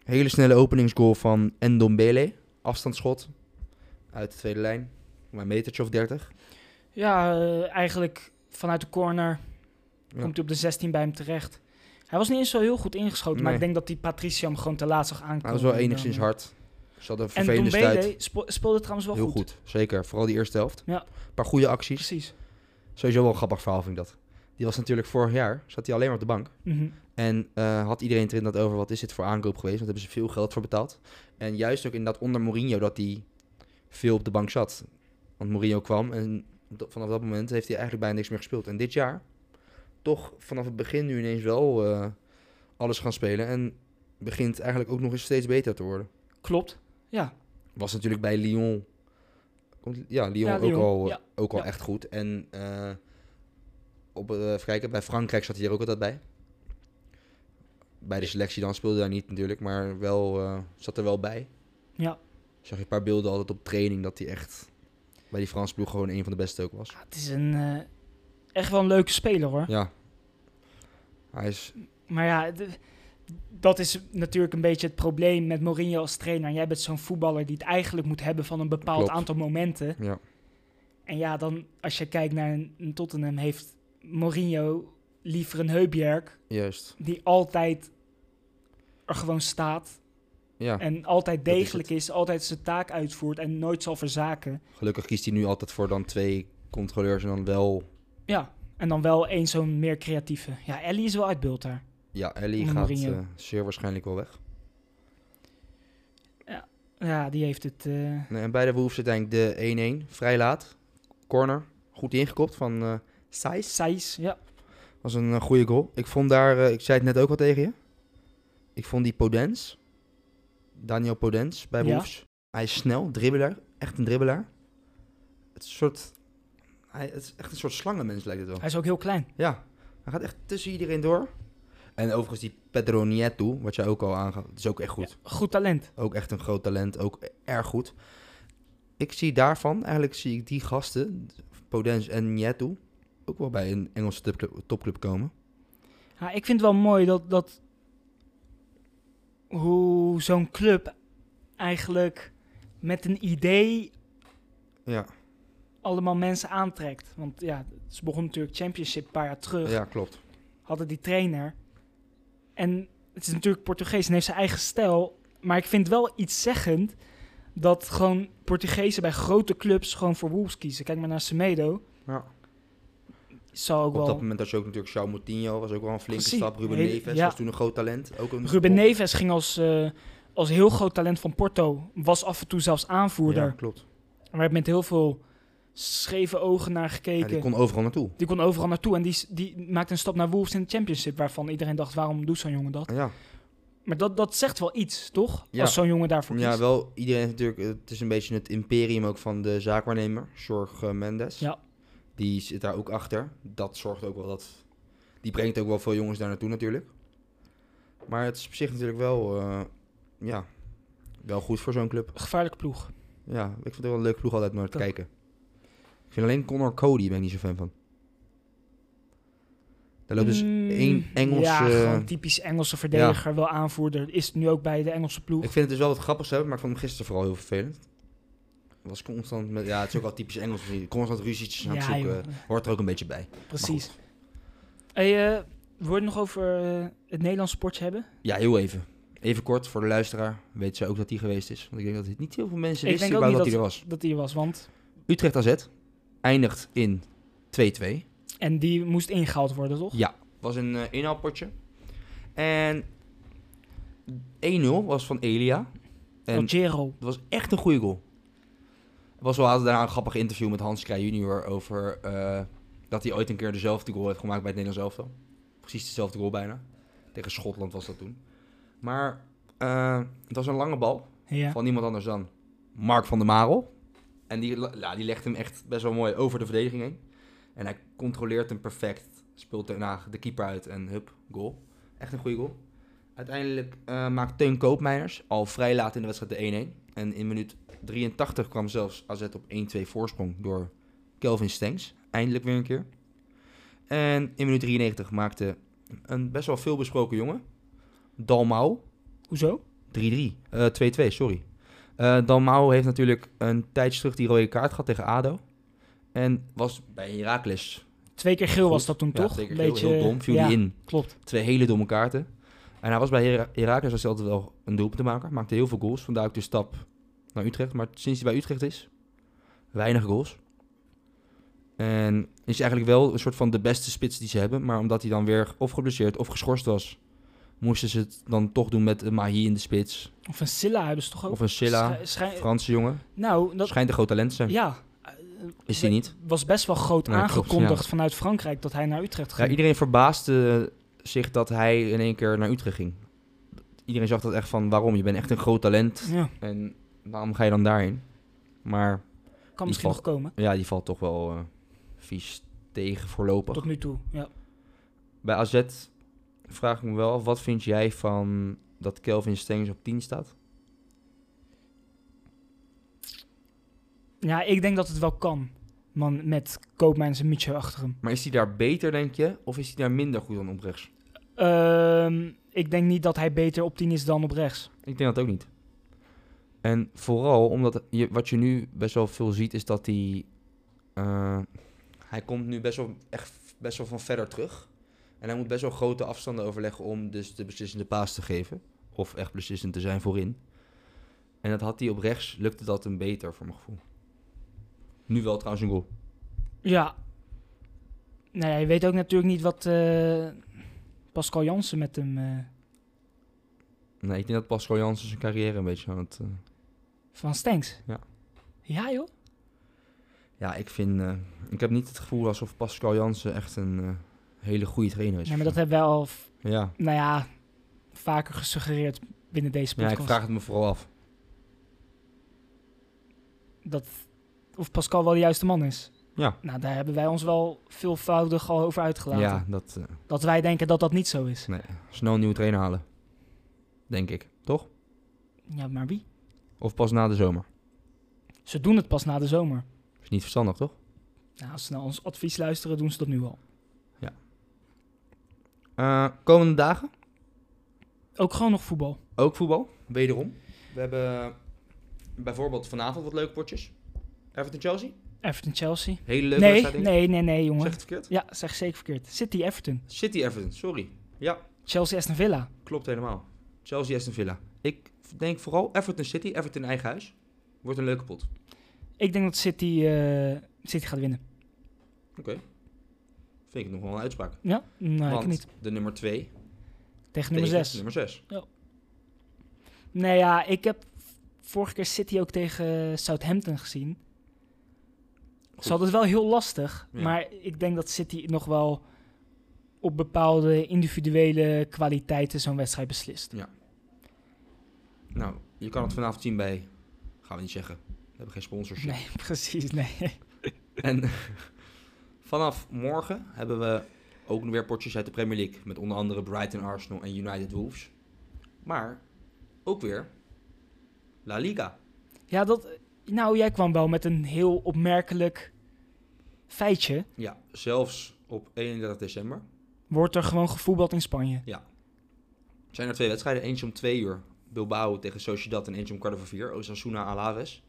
[SPEAKER 1] Hele snelle openingsgoal van Ndombele. Afstandsschot. Uit de tweede lijn. Maar een metertje of 30.
[SPEAKER 2] ja eh, eigenlijk vanuit de corner
[SPEAKER 1] Ja.
[SPEAKER 2] komt hij op de 16 bij hem terecht. Hij was niet eens zo heel goed ingeschoten, maar
[SPEAKER 1] Nee.
[SPEAKER 2] ik denk dat die Patricio hem gewoon te laat zag aankomen.
[SPEAKER 1] Maar dat was wel
[SPEAKER 2] En dan,
[SPEAKER 1] enigszins
[SPEAKER 2] eh,
[SPEAKER 1] hard. Ze hadden een
[SPEAKER 2] En
[SPEAKER 1] vervelende stuit.
[SPEAKER 2] Dombele spo- speelde trouwens wel
[SPEAKER 1] Heel goed. Zeker, vooral die eerste helft.
[SPEAKER 2] Ja.
[SPEAKER 1] Een paar goede acties.
[SPEAKER 2] Precies.
[SPEAKER 1] Sowieso wel een grappig verhaal vind ik dat. Die was natuurlijk vorig jaar, zat hij alleen maar op de bank.
[SPEAKER 2] Mhm.
[SPEAKER 1] En eh, had iedereen het er inderdaad over, wat is dit voor aankoop geweest? Want daar hebben ze veel geld voor betaald. En juist ook inderdaad onder Mourinho dat hij veel op de bank zat. Want Mourinho kwam en op dat- vanaf dat moment heeft hij eigenlijk bijna niks meer gespeeld. En dit jaar toch vanaf het begin nu ineens wel eh, alles gaan spelen. En begint eigenlijk ook nog eens steeds beter te worden.
[SPEAKER 2] Klopt. Ja,
[SPEAKER 1] Was natuurlijk bij Lyon. Want ja, Lyon,
[SPEAKER 2] Ja,
[SPEAKER 1] ook
[SPEAKER 2] Lyon,
[SPEAKER 1] al, eh,
[SPEAKER 2] ja,
[SPEAKER 1] ook al
[SPEAKER 2] ja.
[SPEAKER 1] echt goed. En eh, op, eh, even kijken, bij Frankrijk zat hij er ook altijd bij. Bij de selectie dan speelde hij niet natuurlijk, maar wel, eh, zat er wel bij.
[SPEAKER 2] Ja.
[SPEAKER 1] Zag je een paar beelden altijd op training dat hij echt bij die Franse ploeg gewoon een van de beste ook was.
[SPEAKER 2] Ja, het is een, eh, echt wel een leuke speler hoor.
[SPEAKER 1] Ja. Hij is,
[SPEAKER 2] Maar ja, d- dat is natuurlijk een beetje het probleem met Mourinho als trainer. Jij bent zo'n voetballer die het eigenlijk moet hebben van een bepaald
[SPEAKER 1] Klopt.
[SPEAKER 2] aantal momenten.
[SPEAKER 1] ja.
[SPEAKER 2] En ja, dan als je kijkt naar een, een Tottenham, heeft Mourinho liever een Heubjerk
[SPEAKER 1] Juist.
[SPEAKER 2] die altijd er gewoon staat
[SPEAKER 1] Ja,
[SPEAKER 2] en altijd
[SPEAKER 1] dat is
[SPEAKER 2] degelijk is, altijd zijn taak uitvoert en nooit zal verzaken.
[SPEAKER 1] gelukkig kiest hij nu altijd voor dan twee controleurs en dan wel...
[SPEAKER 2] Ja, en dan wel één zo'n meer creatieve. Ja, Ellie is wel uitbeeld daar.
[SPEAKER 1] Ja, Ellie
[SPEAKER 2] Onder
[SPEAKER 1] gaat
[SPEAKER 2] Mourinho.
[SPEAKER 1] eh, zeer waarschijnlijk wel weg.
[SPEAKER 2] Ja, die heeft het. eh,
[SPEAKER 1] Nee, en bij de Wolves uiteindelijk de 1-1, vrij laat. Corner, goed ingekopt van eh Sijs.
[SPEAKER 2] Sijs, ja.
[SPEAKER 1] Was een eh, goede goal. Ik vond daar, eh, ik zei het net ook al tegen je. Ik vond die Podens, Daniel Podens bij
[SPEAKER 2] Ja.
[SPEAKER 1] Wolves. Hij is snel, dribbelaar, echt een dribbelaar. Het is, een soort, hij, het is echt een soort slangenmens lijkt het wel.
[SPEAKER 2] Hij is ook heel klein.
[SPEAKER 1] Ja, hij gaat echt tussen iedereen door. En overigens die Pedro Nieto, wat jij ook al aangaf, dat is ook echt goed.
[SPEAKER 2] Goed talent.
[SPEAKER 1] Ook echt een groot talent, ook erg goed. Ik zie daarvan, eigenlijk zie ik die gasten, Podens en Nieto, ook wel bij een Engelse topclub, topclub komen.
[SPEAKER 2] Ja, ik vind het wel mooi dat, dat hoe zo'n club eigenlijk met een idee
[SPEAKER 1] Ja,
[SPEAKER 2] allemaal mensen aantrekt. Want ja, ze begon natuurlijk Championship een paar jaar terug.
[SPEAKER 1] ja klopt.
[SPEAKER 2] Hadden die trainer. En het is natuurlijk Portugees en heeft zijn eigen stijl. Maar ik vind wel iets zeggend dat gewoon Portugezen bij grote clubs gewoon voor Wolves kiezen. Kijk maar naar Semedo.
[SPEAKER 1] Ja.
[SPEAKER 2] Zou ook
[SPEAKER 1] Op dat
[SPEAKER 2] wel...
[SPEAKER 1] moment had je ook natuurlijk Shaw Moutinho, was ook wel een flinke
[SPEAKER 2] Precies.
[SPEAKER 1] stap. Ruben
[SPEAKER 2] Hele-
[SPEAKER 1] Neves
[SPEAKER 2] ja.
[SPEAKER 1] was toen een groot talent. Ook een
[SPEAKER 2] Ruben Neves ging als, eh, als heel groot talent van Porto. Was af en toe zelfs aanvoerder.
[SPEAKER 1] Ja, klopt.
[SPEAKER 2] Maar werd met heel veel scheve ogen naar
[SPEAKER 1] Ja,
[SPEAKER 2] gekeken.
[SPEAKER 1] die kon overal naartoe.
[SPEAKER 2] Die kon overal naartoe en die, s- die maakte een stap naar Wolves in de Championship, waarvan iedereen dacht, waarom doet zo'n jongen dat?
[SPEAKER 1] Ja,
[SPEAKER 2] Maar dat, dat zegt wel iets, toch?
[SPEAKER 1] Ja.
[SPEAKER 2] Als zo'n jongen daarvoor kiest.
[SPEAKER 1] ja wel, iedereen heeft natuurlijk, het is een beetje het imperium ook van de zaakwaarnemer, Jorge Mendes.
[SPEAKER 2] Ja.
[SPEAKER 1] Die zit daar ook achter. Dat zorgt ook wel dat, die brengt ook wel veel jongens daar naartoe natuurlijk. Maar het is op zich natuurlijk wel, eh, ja, wel goed voor zo'n club.
[SPEAKER 2] Gevaarlijke ploeg.
[SPEAKER 1] Ja, ik vind het wel een leuk ploeg altijd om naar te
[SPEAKER 2] Toch.
[SPEAKER 1] kijken. Ik vind alleen Connor Cody ben ik niet zo fan van. Daar loopt dus
[SPEAKER 2] Mm,
[SPEAKER 1] één Engelse...
[SPEAKER 2] Ja, gewoon typisch Engelse verdediger, wel aanvoerder. Is het nu ook bij de Engelse ploeg.
[SPEAKER 1] Ik vind het dus wel wat grappigs hebben, maar ik vond hem gisteren vooral heel vervelend. Was constant met, ja, het is ook wel typisch Engels, misschien. constant ruzietjes aan het
[SPEAKER 2] ja,
[SPEAKER 1] zoeken.
[SPEAKER 2] joh,
[SPEAKER 1] Hoort er ook een beetje bij.
[SPEAKER 2] precies.
[SPEAKER 1] Maar goed.
[SPEAKER 2] Hey, eh, wil je het nog over eh, het Nederlands sportje hebben?
[SPEAKER 1] Ja, heel even. Even kort voor de luisteraar. Weet ze ook dat hij geweest is? Want ik denk dat niet heel veel mensen
[SPEAKER 2] Ik
[SPEAKER 1] wisten
[SPEAKER 2] denk ook
[SPEAKER 1] überhaupt dat
[SPEAKER 2] niet
[SPEAKER 1] hij er was.
[SPEAKER 2] Dat die er was, want...
[SPEAKER 1] Utrecht AZ eindigt in 2-2.
[SPEAKER 2] En die moest ingehaald worden, toch?
[SPEAKER 1] Ja, was een eh, inhaalpotje. En 1-0 was van Elia. En
[SPEAKER 2] Rogero.
[SPEAKER 1] Het was echt een goede goal. Er was wel altijd daarna een grappig interview met Hans Krij junior over eh, dat hij ooit een keer dezelfde goal heeft gemaakt bij het Nederlands elftal. Precies dezelfde goal bijna. Tegen Schotland was dat toen. Maar eh, het was een lange bal
[SPEAKER 2] Ja.
[SPEAKER 1] van niemand anders dan Mark van der Marel. En die, la- ja, die legt hem echt best wel mooi over de verdediging heen. En hij controleert hem perfect. Speelt daarna de keeper uit en hup, goal. Echt een goede goal. Uiteindelijk eh, maakt Teun Koopmeiners al vrij laat in de wedstrijd de 1-1. En in minuut 83 kwam zelfs AZ op 1-2 voorsprong door Kelvin Stengs. Eindelijk weer een keer. En in minuut 93 maakte een best wel veelbesproken jongen, Dalmau,
[SPEAKER 2] Hoezo?
[SPEAKER 1] 3-3. Eh, 2-2, sorry. Eh Dalmau heeft natuurlijk een tijdje terug die rode kaart gehad tegen ADO. En was bij Heracles.
[SPEAKER 2] Twee keer geel
[SPEAKER 1] Goed.
[SPEAKER 2] was dat toen,
[SPEAKER 1] Ja,
[SPEAKER 2] toch?
[SPEAKER 1] zeker heel, heel dom. Viel
[SPEAKER 2] ja,
[SPEAKER 1] die in.
[SPEAKER 2] klopt.
[SPEAKER 1] Twee hele domme kaarten. En hij was bij Hera- Heracles was hij altijd wel een doelpunt te maken. Maakte heel veel goals. Vandaar ook de stap naar Utrecht. Maar sinds hij bij Utrecht is, weinig goals. En is hij eigenlijk wel een soort van de beste spits die ze hebben. Maar omdat hij dan weer of geblesseerd of geschorst was, moesten ze het dan toch doen met een Mahi in de spits.
[SPEAKER 2] Of een Silla hebben ze toch ook?
[SPEAKER 1] Of een Silla.
[SPEAKER 2] Schij- schij-
[SPEAKER 1] Franse jongen.
[SPEAKER 2] nou, Eh, dat,
[SPEAKER 1] Schijnt een groot talent te zijn.
[SPEAKER 2] ja.
[SPEAKER 1] Is hij niet?
[SPEAKER 2] Was best wel groot
[SPEAKER 1] Nee, klopt,
[SPEAKER 2] aangekondigd
[SPEAKER 1] ja.
[SPEAKER 2] vanuit Frankrijk dat hij naar Utrecht
[SPEAKER 1] Ja,
[SPEAKER 2] ging.
[SPEAKER 1] iedereen verbaasde zich dat hij in één keer naar Utrecht ging. Iedereen zag dat echt van waarom? Je bent echt een groot talent.
[SPEAKER 2] Ja.
[SPEAKER 1] En waarom ga je dan daarheen? Maar
[SPEAKER 2] kan misschien nog
[SPEAKER 1] valt-
[SPEAKER 2] komen.
[SPEAKER 1] Ja, die valt toch wel eh, vies tegen voorlopig.
[SPEAKER 2] Tot nu toe, ja.
[SPEAKER 1] Bij AZ vraag ik me wel af, wat vind jij van dat Kelvin Stengs op 10 staat?
[SPEAKER 2] Ja, ik denk dat het wel kan. Man, met Koopmijn en Mitchell achter hem.
[SPEAKER 1] Maar is hij daar beter, denk je? Of is hij daar minder goed dan op rechts?
[SPEAKER 2] Ehm, ik denk niet dat hij beter op 10 is dan op rechts.
[SPEAKER 1] Ik denk dat ook niet. En vooral omdat je, wat je nu best wel veel ziet, is dat hij. eh, hij komt nu best wel, echt best wel van verder terug. En hij moet best wel grote afstanden overleggen om dus de beslissende paas te geven. Of echt beslissend te zijn voorin. En dat had hij op rechts, lukte dat hem beter voor mijn gevoel. Nu wel trouwens een goal.
[SPEAKER 2] Ja. Nou ja, je weet ook natuurlijk niet wat eh, Pascal Jansen met hem eh,
[SPEAKER 1] Nee, ik denk dat Pascal Jansen zijn carrière een beetje aan het... eh,
[SPEAKER 2] van Stenks.
[SPEAKER 1] Ja.
[SPEAKER 2] Ja, joh.
[SPEAKER 1] Ja, ik vind... eh, ik heb niet het gevoel alsof Pascal Jansen echt een eh, hele goede trainer is.
[SPEAKER 2] Nee, maar dat hebben wij al, v-
[SPEAKER 1] Ja.
[SPEAKER 2] nou ja, vaker gesuggereerd binnen deze
[SPEAKER 1] ja,
[SPEAKER 2] podcast.
[SPEAKER 1] ik vraag het me vooral af.
[SPEAKER 2] dat, of Pascal wel de juiste man is.
[SPEAKER 1] Ja.
[SPEAKER 2] Nou, daar hebben wij ons wel veelvoudig al over uitgelaten.
[SPEAKER 1] Ja, dat... eh,
[SPEAKER 2] Dat wij denken dat dat niet zo is.
[SPEAKER 1] nee, snel een nieuwe trainer halen. Denk ik. Toch?
[SPEAKER 2] Ja, maar wie?
[SPEAKER 1] Of pas na de zomer.
[SPEAKER 2] Ze doen het pas na de zomer.
[SPEAKER 1] Is niet verstandig, toch?
[SPEAKER 2] Nou, als ze naar ons advies luisteren, doen ze dat nu al.
[SPEAKER 1] Eh, komende dagen?
[SPEAKER 2] Ook gewoon nog voetbal.
[SPEAKER 1] Ook voetbal. Wederom. We hebben bijvoorbeeld vanavond wat leuke potjes. Everton-Chelsea.
[SPEAKER 2] Everton Chelsea.
[SPEAKER 1] Hele leuke
[SPEAKER 2] Nee,
[SPEAKER 1] wedstrijd, denk ik.
[SPEAKER 2] nee, nee, nee, jongen.
[SPEAKER 1] Zeg ik het verkeerd?
[SPEAKER 2] Ja, zeg zeker verkeerd. City Everton.
[SPEAKER 1] City-Everton, sorry. Ja,
[SPEAKER 2] Chelsea Aston Villa.
[SPEAKER 1] Klopt helemaal. Chelsea Aston Villa. Ik denk vooral Everton City, Everton eigen huis. Wordt een leuke pot.
[SPEAKER 2] Ik denk dat City, eh, City gaat winnen.
[SPEAKER 1] Oké. Vind ik nog wel een uitspraak.
[SPEAKER 2] Ja? Nee,
[SPEAKER 1] Want
[SPEAKER 2] Nou, ik niet.
[SPEAKER 1] de nummer 2
[SPEAKER 2] Tegen nummer 6.
[SPEAKER 1] nummer 6.
[SPEAKER 2] Nee, ja, ik heb vorige keer City ook tegen Southampton gezien. Ze hadden het wel heel lastig,
[SPEAKER 1] Ja.
[SPEAKER 2] maar ik denk dat City nog wel op bepaalde individuele kwaliteiten zo'n wedstrijd beslist.
[SPEAKER 1] Nou, je kan het vanavond zien bij... Gaan we niet zeggen. We hebben geen sponsors.
[SPEAKER 2] Nee, precies, nee.
[SPEAKER 1] En vanaf morgen hebben we ook weer potjes uit de Premier League. Met onder andere Brighton, Arsenal en United Wolves. Maar ook weer La Liga.
[SPEAKER 2] Ja, dat, nou, jij kwam wel met een heel opmerkelijk feitje.
[SPEAKER 1] Ja, zelfs op 31 december.
[SPEAKER 2] Wordt er gewoon gevoetbald in Spanje?
[SPEAKER 1] zijn er twee wedstrijden. Eentje om twee uur Bilbao tegen Sociedad en eentje om kwart over vier. Osasuna Alaves.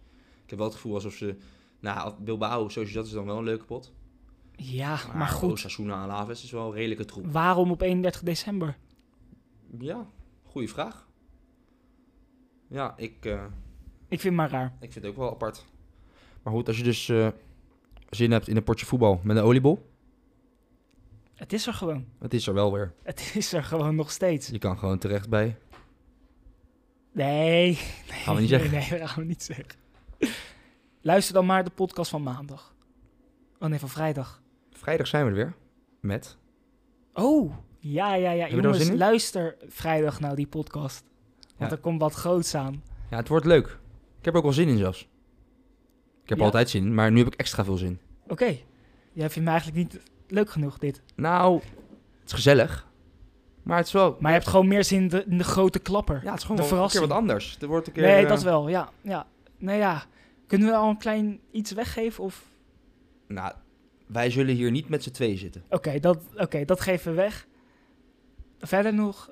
[SPEAKER 1] Ik heb wel het gevoel alsof ze... Nou, Bilbao Sociedad is dan wel een leuke pot.
[SPEAKER 2] Ja, maar goed.
[SPEAKER 1] Osasuna Alaves is wel een redelijke troep.
[SPEAKER 2] Waarom op 31 december?
[SPEAKER 1] Ja, goede vraag. Ja, ik, eh,
[SPEAKER 2] Ik vind het maar raar.
[SPEAKER 1] ik vind het ook wel apart. Maar goed, als je dus eh, zin hebt in een potje voetbal met een oliebol...
[SPEAKER 2] Het is er gewoon.
[SPEAKER 1] Het is er wel weer.
[SPEAKER 2] Het is er gewoon nog steeds.
[SPEAKER 1] Je kan gewoon terecht bij.
[SPEAKER 2] Nee.
[SPEAKER 1] Gaan we niet zeggen.
[SPEAKER 2] Nee, nee, dat gaan we niet zeggen. Luister dan maar de podcast van maandag. Oh nee, van vrijdag.
[SPEAKER 1] Vrijdag zijn we er weer. Met.
[SPEAKER 2] Oh, ja, ja, ja.
[SPEAKER 1] je er zin
[SPEAKER 2] Jongens,
[SPEAKER 1] in?
[SPEAKER 2] luister vrijdag nou die podcast. Want
[SPEAKER 1] Ja.
[SPEAKER 2] er komt wat groots aan.
[SPEAKER 1] Ja, het wordt leuk. Ik heb er ook wel zin in zelfs. Ik heb
[SPEAKER 2] Ja?
[SPEAKER 1] altijd zin, in, maar nu heb ik extra veel zin.
[SPEAKER 2] Oké. Jij vindt me eigenlijk niet leuk genoeg, dit.
[SPEAKER 1] Nou, het is gezellig. Maar het is wel...
[SPEAKER 2] Maar je hebt gewoon meer zin in de, in de grote klapper.
[SPEAKER 1] Ja, het is gewoon
[SPEAKER 2] De
[SPEAKER 1] wel een keer
[SPEAKER 2] verrassing.
[SPEAKER 1] wat anders. Er wordt een keer...
[SPEAKER 2] nee,
[SPEAKER 1] eh,
[SPEAKER 2] dat wel. Ja, ja. Nou ja. Kunnen we al een klein iets weggeven? Of...
[SPEAKER 1] Nou, wij zullen hier niet met z'n tweeën zitten.
[SPEAKER 2] Oké, dat, oké, dat geven we weg. Verder nog?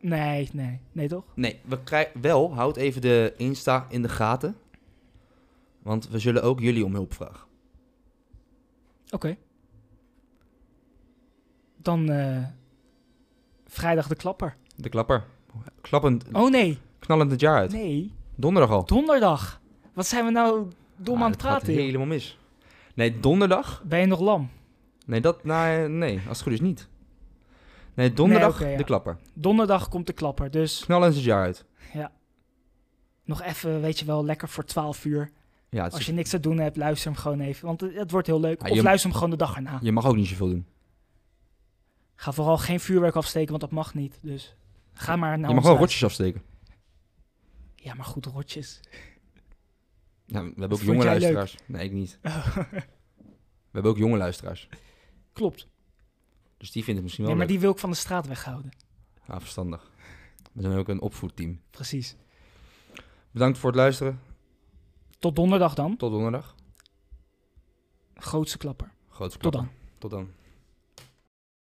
[SPEAKER 2] Nee, nee. Nee, toch?
[SPEAKER 1] Nee, we krijgen... Wel, houd even de Insta in de gaten. Want we zullen ook jullie om hulp vragen.
[SPEAKER 2] Oké. Dan eh, vrijdag de klapper.
[SPEAKER 1] De klapper. Klappend,
[SPEAKER 2] Oh nee,
[SPEAKER 1] knallend het jaar uit.
[SPEAKER 2] nee.
[SPEAKER 1] Donderdag al.
[SPEAKER 2] Donderdag. Wat zijn we nou dom
[SPEAKER 1] Ah,
[SPEAKER 2] aan het
[SPEAKER 1] dat gaat
[SPEAKER 2] praten? joh.
[SPEAKER 1] helemaal mis. Nee, donderdag?
[SPEAKER 2] Ben je nog lam?
[SPEAKER 1] Nee, dat... Nou, eh, nee, als het goed is niet. Nee, donderdag
[SPEAKER 2] oké, ja.
[SPEAKER 1] de klapper.
[SPEAKER 2] Donderdag komt de klapper, dus
[SPEAKER 1] Knallend het jaar uit.
[SPEAKER 2] nog even, weet je wel, lekker voor 12 uur.
[SPEAKER 1] Ja, het is-
[SPEAKER 2] Als je niks te doen hebt, luister hem gewoon even, want het, het wordt heel leuk.
[SPEAKER 1] Ah,
[SPEAKER 2] Of
[SPEAKER 1] je-
[SPEAKER 2] luister hem gewoon de dag erna.
[SPEAKER 1] je mag ook niet zoveel doen.
[SPEAKER 2] Ga vooral geen vuurwerk afsteken, want dat mag niet. Dus ga maar naar
[SPEAKER 1] je mag
[SPEAKER 2] ons
[SPEAKER 1] wel
[SPEAKER 2] luisteren.
[SPEAKER 1] rotjes afsteken.
[SPEAKER 2] Ja, maar goed, rotjes.
[SPEAKER 1] Ja, we hebben
[SPEAKER 2] Dat
[SPEAKER 1] ook
[SPEAKER 2] vond
[SPEAKER 1] jonge
[SPEAKER 2] jij leuk.
[SPEAKER 1] luisteraars. Nee, ik niet. We hebben ook jonge luisteraars.
[SPEAKER 2] Klopt.
[SPEAKER 1] Dus die vindt het misschien wel
[SPEAKER 2] Nee, maar
[SPEAKER 1] leuk.
[SPEAKER 2] die wil ik van de straat weghouden.
[SPEAKER 1] Ja, verstandig. We zijn ook een opvoedteam.
[SPEAKER 2] Precies.
[SPEAKER 1] Bedankt voor het luisteren.
[SPEAKER 2] Tot donderdag dan.
[SPEAKER 1] Tot donderdag.
[SPEAKER 2] Grootste klapper.
[SPEAKER 1] Grootste
[SPEAKER 2] Tot
[SPEAKER 1] klapper.
[SPEAKER 2] dan.
[SPEAKER 1] Tot dan.